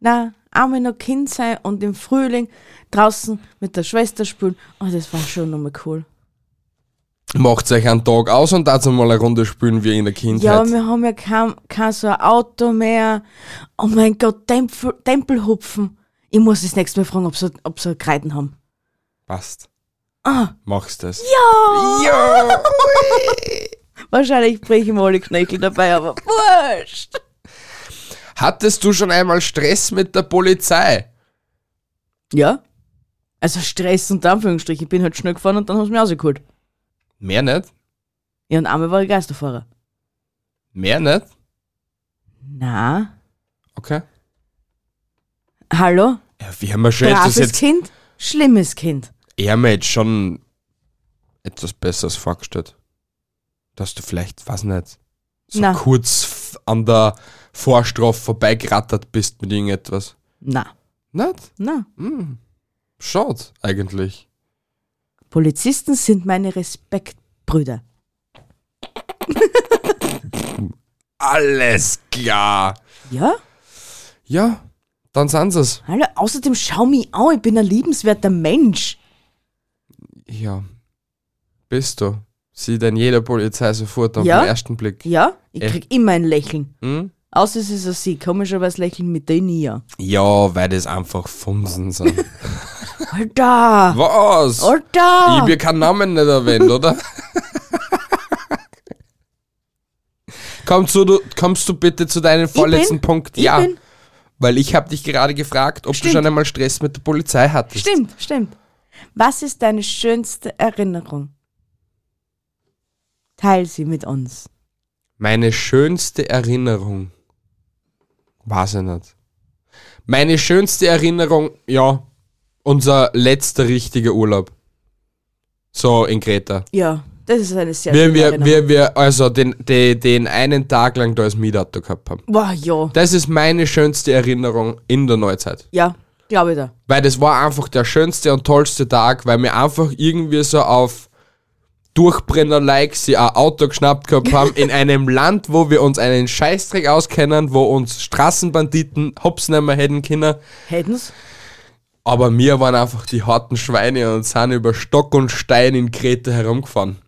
[SPEAKER 2] Na, einmal noch Kind sein und im Frühling draußen mit der Schwester spielen. Oh, das war schon nochmal cool.
[SPEAKER 1] macht euch einen Tag aus und dazu mal eine Runde spielen wir in der
[SPEAKER 2] Ja,
[SPEAKER 1] Kindheit.
[SPEAKER 2] aber wir haben ja kein, kein so ein Auto mehr. Oh mein Gott, Tempel, Tempelhupfen. Ich muss das nächste Mal fragen, ob sie, ob sie Kreiden haben.
[SPEAKER 1] Passt.
[SPEAKER 2] Ah.
[SPEAKER 1] Machst das. Ja! Ja!
[SPEAKER 2] Wahrscheinlich brechen wir alle Knöchel dabei, aber wurscht.
[SPEAKER 1] Hattest du schon einmal Stress mit der Polizei?
[SPEAKER 2] Ja. Also Stress und Anführungsstrich. Ich bin halt schnell gefahren und dann hast du mich rausgeholt.
[SPEAKER 1] Mehr nicht?
[SPEAKER 2] Ja, und einmal war ich Geisterfahrer.
[SPEAKER 1] Mehr nicht?
[SPEAKER 2] Na,
[SPEAKER 1] Okay.
[SPEAKER 2] hallo?
[SPEAKER 1] Ja, wir haben ja schon jetzt das
[SPEAKER 2] Braves
[SPEAKER 1] jetzt.
[SPEAKER 2] Kind, schlimmes Kind.
[SPEAKER 1] Ich habe mir jetzt schon etwas Besseres vorgestellt. Dass du vielleicht, weiß nicht, so
[SPEAKER 2] Na.
[SPEAKER 1] kurz f- an der Vorstrafe vorbeigerattert bist mit irgendetwas.
[SPEAKER 2] Na,
[SPEAKER 1] Nicht?
[SPEAKER 2] na.
[SPEAKER 1] Hm. Schade, eigentlich.
[SPEAKER 2] Polizisten sind meine Respektbrüder.
[SPEAKER 1] Alles klar.
[SPEAKER 2] Ja?
[SPEAKER 1] Ja, dann sind sie es.
[SPEAKER 2] Hallo, außerdem schau mich an, ich bin ein liebenswerter Mensch.
[SPEAKER 1] Ja. Bist du. Sieht denn jeder Polizei sofort auf
[SPEAKER 2] Ja.
[SPEAKER 1] den ersten Blick.
[SPEAKER 2] Ja, ich
[SPEAKER 1] Echt?
[SPEAKER 2] krieg immer ein Lächeln.
[SPEAKER 1] Hm?
[SPEAKER 2] Außer es ist ein Sie, komischerweise lächeln mit denen ja.
[SPEAKER 1] Ja, weil das einfach Funsen sind.
[SPEAKER 2] Alter!
[SPEAKER 1] Was? Ich
[SPEAKER 2] Alter!
[SPEAKER 1] hab ja keinen Namen nicht erwähnt, oder? kommst, du, du, kommst du bitte zu deinem vorletzten
[SPEAKER 2] bin-
[SPEAKER 1] Punkt?
[SPEAKER 2] ich
[SPEAKER 1] ja,
[SPEAKER 2] bin-
[SPEAKER 1] weil ich habe dich gerade gefragt, ob
[SPEAKER 2] Stimmt.
[SPEAKER 1] du schon einmal Stress mit der Polizei hattest.
[SPEAKER 2] Stimmt, stimmt. Was ist deine schönste Erinnerung? Teil sie mit uns.
[SPEAKER 1] Meine schönste Erinnerung. Weiß ich nicht. Meine schönste Erinnerung, ja, unser letzter richtiger Urlaub. So in Kreta.
[SPEAKER 2] Ja, das ist eine sehr
[SPEAKER 1] Wir,
[SPEAKER 2] schöne
[SPEAKER 1] wir,
[SPEAKER 2] Erinnerung.
[SPEAKER 1] wir, wir, also den, den, den einen Tag lang da als Mietauto gehabt haben.
[SPEAKER 2] Boah, ja.
[SPEAKER 1] Das ist meine schönste Erinnerung in der Neuzeit.
[SPEAKER 2] Ja, glaube ich da.
[SPEAKER 1] Weil das war einfach der schönste und tollste Tag, weil wir einfach irgendwie so auf Durchbrenner-like sie ein Auto geschnappt gehabt haben in einem Land, wo wir uns einen Scheißdreck auskennen, wo uns Straßenbanditen hops nicht mehr hätten können.
[SPEAKER 2] Hätten's?
[SPEAKER 1] Aber wir waren einfach die harten Schweine und sind über Stock und Stein in Kreta herumgefahren.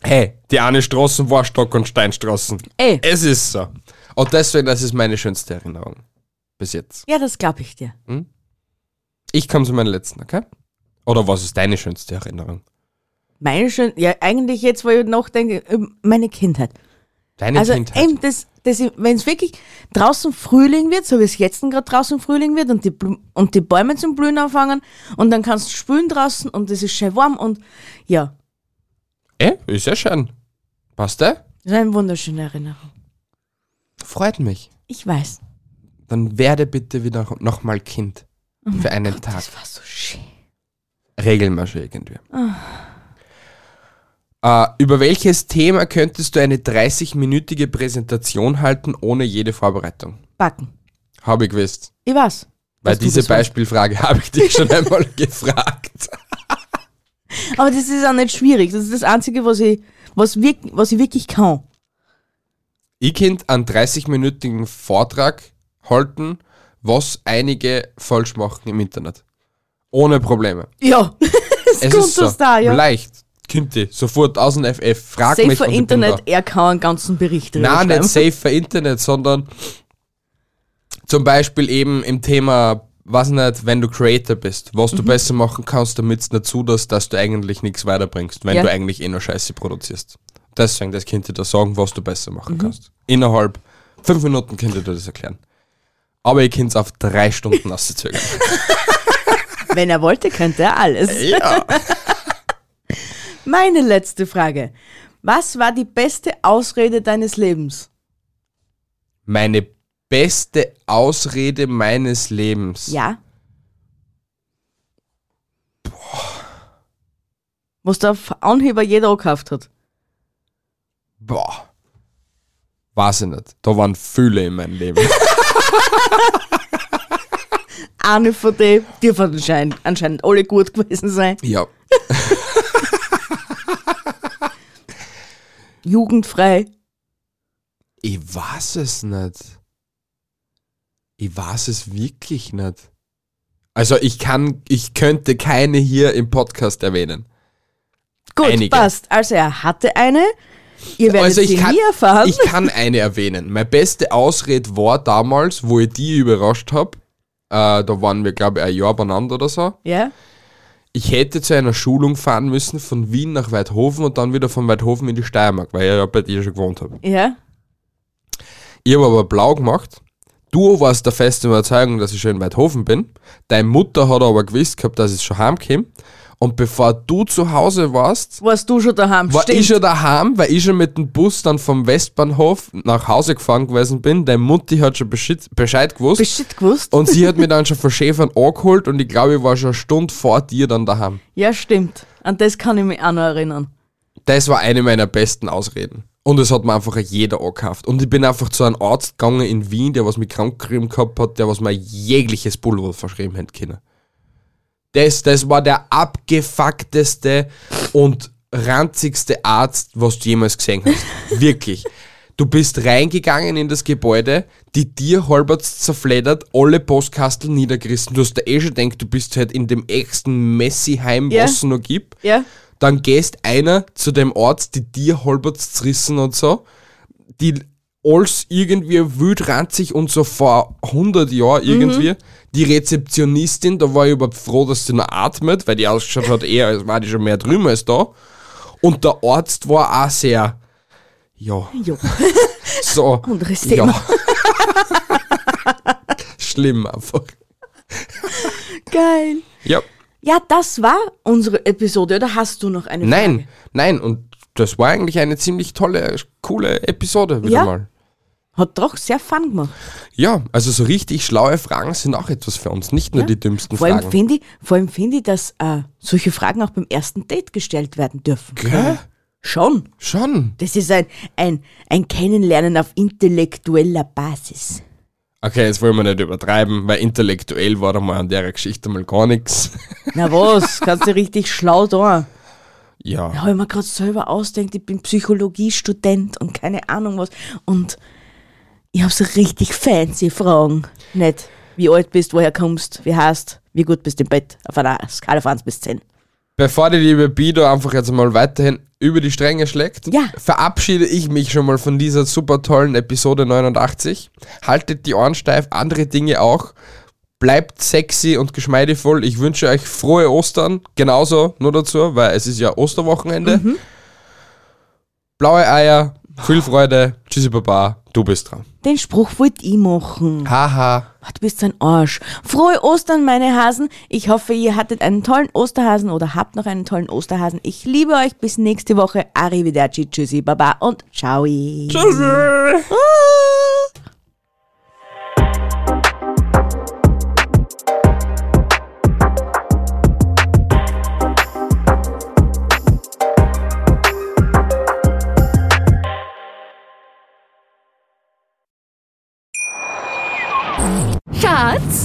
[SPEAKER 1] Hey, die eine Straße war Stock- und Steinstraßen.
[SPEAKER 2] Ey.
[SPEAKER 1] Es ist so. Und deswegen, das ist meine schönste Erinnerung. Bis jetzt.
[SPEAKER 2] Ja, das glaube ich dir.
[SPEAKER 1] Ich komme zu meinem letzten, okay? Oder was ist deine schönste Erinnerung?
[SPEAKER 2] Meine schön, ja, eigentlich jetzt, wo ich nachdenke, ähm, meine Kindheit.
[SPEAKER 1] Deine
[SPEAKER 2] also
[SPEAKER 1] Kindheit.
[SPEAKER 2] eben das, das wenn es wirklich draußen Frühling wird, so wie es jetzt gerade draußen Frühling wird und die, Blum- und die Bäume zum Blühen anfangen und dann kannst du spülen draußen und es ist schön warm und ja,
[SPEAKER 1] Ey, Eh, ist ja schön. Passt eh? der?
[SPEAKER 2] das ist eine wunderschöne Erinnerung.
[SPEAKER 1] Freut mich.
[SPEAKER 2] Ich weiß,
[SPEAKER 1] Dann werde bitte wieder nochmal Kind. Für einen Tag.
[SPEAKER 2] Oh das war so schön.
[SPEAKER 1] Regelmäßig irgendwie. Äh,
[SPEAKER 2] Ah.
[SPEAKER 1] über welches Thema könntest du eine 30-minütige Präsentation halten, ohne jede Vorbereitung?
[SPEAKER 2] Backen.
[SPEAKER 1] Habe ich gewusst.
[SPEAKER 2] Ich weiß.
[SPEAKER 1] Weil
[SPEAKER 2] dass du
[SPEAKER 1] diese
[SPEAKER 2] das weißt.
[SPEAKER 1] Beispielfrage habe ich dich schon einmal gefragt.
[SPEAKER 2] Aber das ist auch nicht schwierig. Das ist das Einzige, was ich, was wirk was ich wirklich kann.
[SPEAKER 1] Ich könnte einen 30-minütigen Vortrag halten, was einige falsch machen im Internet. Ohne Probleme.
[SPEAKER 2] Ja, das kommt so. da, ja.
[SPEAKER 1] Leicht. Könnte. Sofort aus dem FF. Frag mich
[SPEAKER 2] Safer
[SPEAKER 1] und ich bin da.
[SPEAKER 2] Internet, er kann einen ganzen Bericht drüber
[SPEAKER 1] Nein, nicht
[SPEAKER 2] schreiben.
[SPEAKER 1] safe für Internet, sondern zum Beispiel eben im Thema, was nicht, wenn du Creator bist, was
[SPEAKER 2] Mhm.
[SPEAKER 1] du besser machen kannst, damit es nicht zulässt, dass du eigentlich nichts weiterbringst, wenn
[SPEAKER 2] Ja.
[SPEAKER 1] du eigentlich eh nur Scheiße produzierst. Deswegen, das könnt ihr da sagen, was du besser machen
[SPEAKER 2] Mhm.
[SPEAKER 1] kannst. Innerhalb fünf Minuten könnt ihr dir das erklären. Aber ihr könnt es auf drei Stunden auszögern.
[SPEAKER 2] Wenn er wollte, könnte er alles.
[SPEAKER 1] ja.
[SPEAKER 2] Meine letzte Frage. Was war die beste Ausrede deines Lebens?
[SPEAKER 1] Meine beste Ausrede meines Lebens.
[SPEAKER 2] Ja. Was der auf Anheber jeder angehauft hat.
[SPEAKER 1] Boah. Weiß ich nicht. Da waren viele in meinem Leben.
[SPEAKER 2] Eine von denen, die von anscheinend, anscheinend alle gut gewesen sein.
[SPEAKER 1] ja.
[SPEAKER 2] Jugendfrei.
[SPEAKER 1] Ich weiß es nicht. Ich weiß es wirklich nicht. Also ich kann, ich könnte keine hier im Podcast erwähnen.
[SPEAKER 2] Gut,
[SPEAKER 1] Einige.
[SPEAKER 2] passt. Also er hatte eine. Ihr werdet
[SPEAKER 1] also ich
[SPEAKER 2] sie
[SPEAKER 1] kann,
[SPEAKER 2] nie erfahren.
[SPEAKER 1] ich kann eine erwähnen. Meine beste Ausrede war damals, wo ich die überrascht habe. Äh, da waren wir, glaube ich, ein Jahr beieinander oder so.
[SPEAKER 2] ja?
[SPEAKER 1] Ich hätte zu einer Schulung fahren müssen von Wien nach Weidhofen und dann wieder von Weidhofen in die Steiermark, weil ich ja bei dir schon gewohnt habe.
[SPEAKER 2] Ja?
[SPEAKER 1] Ich habe aber blau gemacht. Du warst der festen Überzeugung, dass ich schon in Weidhofen bin. Deine Mutter hat aber gewusst gehabt, dass ich schon heimkomme. Und bevor du zu Hause warst,
[SPEAKER 2] Warst du schon daheim?
[SPEAKER 1] war
[SPEAKER 2] Stimmt.
[SPEAKER 1] ich schon daheim, weil ich schon mit dem Bus dann vom Westbahnhof nach Hause gefahren gewesen bin. Deine Mutti hat schon Bescheid, Bescheid gewusst.
[SPEAKER 2] Bescheid gewusst?
[SPEAKER 1] und sie hat mich dann schon von Schäfern angeholt und ich glaube, ich war schon eine Stunde vor dir dann daheim.
[SPEAKER 2] Ja, stimmt. An das kann ich mich auch noch erinnern.
[SPEAKER 1] Das war eine meiner besten Ausreden. Und es hat mir einfach jeder angehauft. Und ich bin einfach zu einem Arzt gegangen in Wien, der was mich krank geschrieben gehabt hat, der was mir jegliches Pulver verschrieben hätte können. Das, das war der abgefuckteste und ranzigste Arzt, was du jemals gesehen hast. Wirklich. Du bist reingegangen in das Gebäude, die Tier halbert zerfleddert, alle Postkasteln niedergerissen. Du hast da eh schon gedacht, du bist halt in dem echten Messi-Heim,
[SPEAKER 2] Ja.
[SPEAKER 1] was es noch gibt
[SPEAKER 2] Ja?
[SPEAKER 1] dann gehst einer zu dem Arzt, die dir halbert zerrissen und so, die alles irgendwie wild ranzig und so vor 100 Jahren
[SPEAKER 2] Mhm.
[SPEAKER 1] irgendwie. Die Rezeptionistin, da war ich überhaupt froh, dass sie noch atmet, weil die ausgeschaut hat, eher als war die schon mehr drüben als da. Und der Arzt war auch sehr, ja,
[SPEAKER 2] Jo.
[SPEAKER 1] so.
[SPEAKER 2] Anderes Thema.
[SPEAKER 1] Ja. Schlimm einfach.
[SPEAKER 2] Geil.
[SPEAKER 1] Ja.
[SPEAKER 2] Ja, das war unsere Episode. Oder hast du noch eine Frage?
[SPEAKER 1] Nein, nein, und das war eigentlich eine ziemlich tolle, coole Episode wieder
[SPEAKER 2] Ja?
[SPEAKER 1] mal.
[SPEAKER 2] Hat doch sehr Fun gemacht.
[SPEAKER 1] Ja, also so richtig schlaue Fragen sind auch etwas für uns, nicht nur
[SPEAKER 2] Ja.
[SPEAKER 1] die dümmsten
[SPEAKER 2] Vor allem
[SPEAKER 1] Fragen.
[SPEAKER 2] finde ich, vor allem finde ich, dass äh, solche Fragen auch beim ersten Date gestellt werden dürfen.
[SPEAKER 1] Gell?
[SPEAKER 2] Schon.
[SPEAKER 1] Schon.
[SPEAKER 2] Das ist ein, ein, ein Kennenlernen auf intellektueller Basis.
[SPEAKER 1] Okay, jetzt wollen wir nicht übertreiben, weil intellektuell war da mal an der Geschichte mal gar nichts.
[SPEAKER 2] Na was, kannst du richtig schlau da.
[SPEAKER 1] Ja.
[SPEAKER 2] Da habe ich mir gerade selber ausdenkt, ich bin Psychologiestudent und keine Ahnung was. Und ich habe so richtig fancy Fragen. Nicht, wie alt bist, woher kommst, wie heißt, wie gut bist im Bett, auf einer Skala von 1 bis 10.
[SPEAKER 1] Bevor die liebe Bido einfach jetzt mal weiterhin über die Stränge schlägt,
[SPEAKER 2] Ja.
[SPEAKER 1] verabschiede ich mich schon mal von dieser super tollen Episode 89. Haltet die Ohren steif, andere Dinge auch. Bleibt sexy und geschmeidevoll. Ich wünsche euch frohe Ostern, genauso nur dazu, weil es ist ja Osterwochenende. Blaue Eier, viel Freude, tschüssi Baba, du bist dran.
[SPEAKER 2] Den Spruch wollte ich machen.
[SPEAKER 1] Haha.
[SPEAKER 2] Ah, Du bist ein Arsch. Frohe Ostern, meine Hasen. Ich hoffe, ihr hattet einen tollen Osterhasen oder habt noch einen tollen Osterhasen. Ich liebe euch. Bis nächste Woche. Arrivederci, tschüssi, baba und ciao.
[SPEAKER 1] Tschüssi.
[SPEAKER 3] Schatz,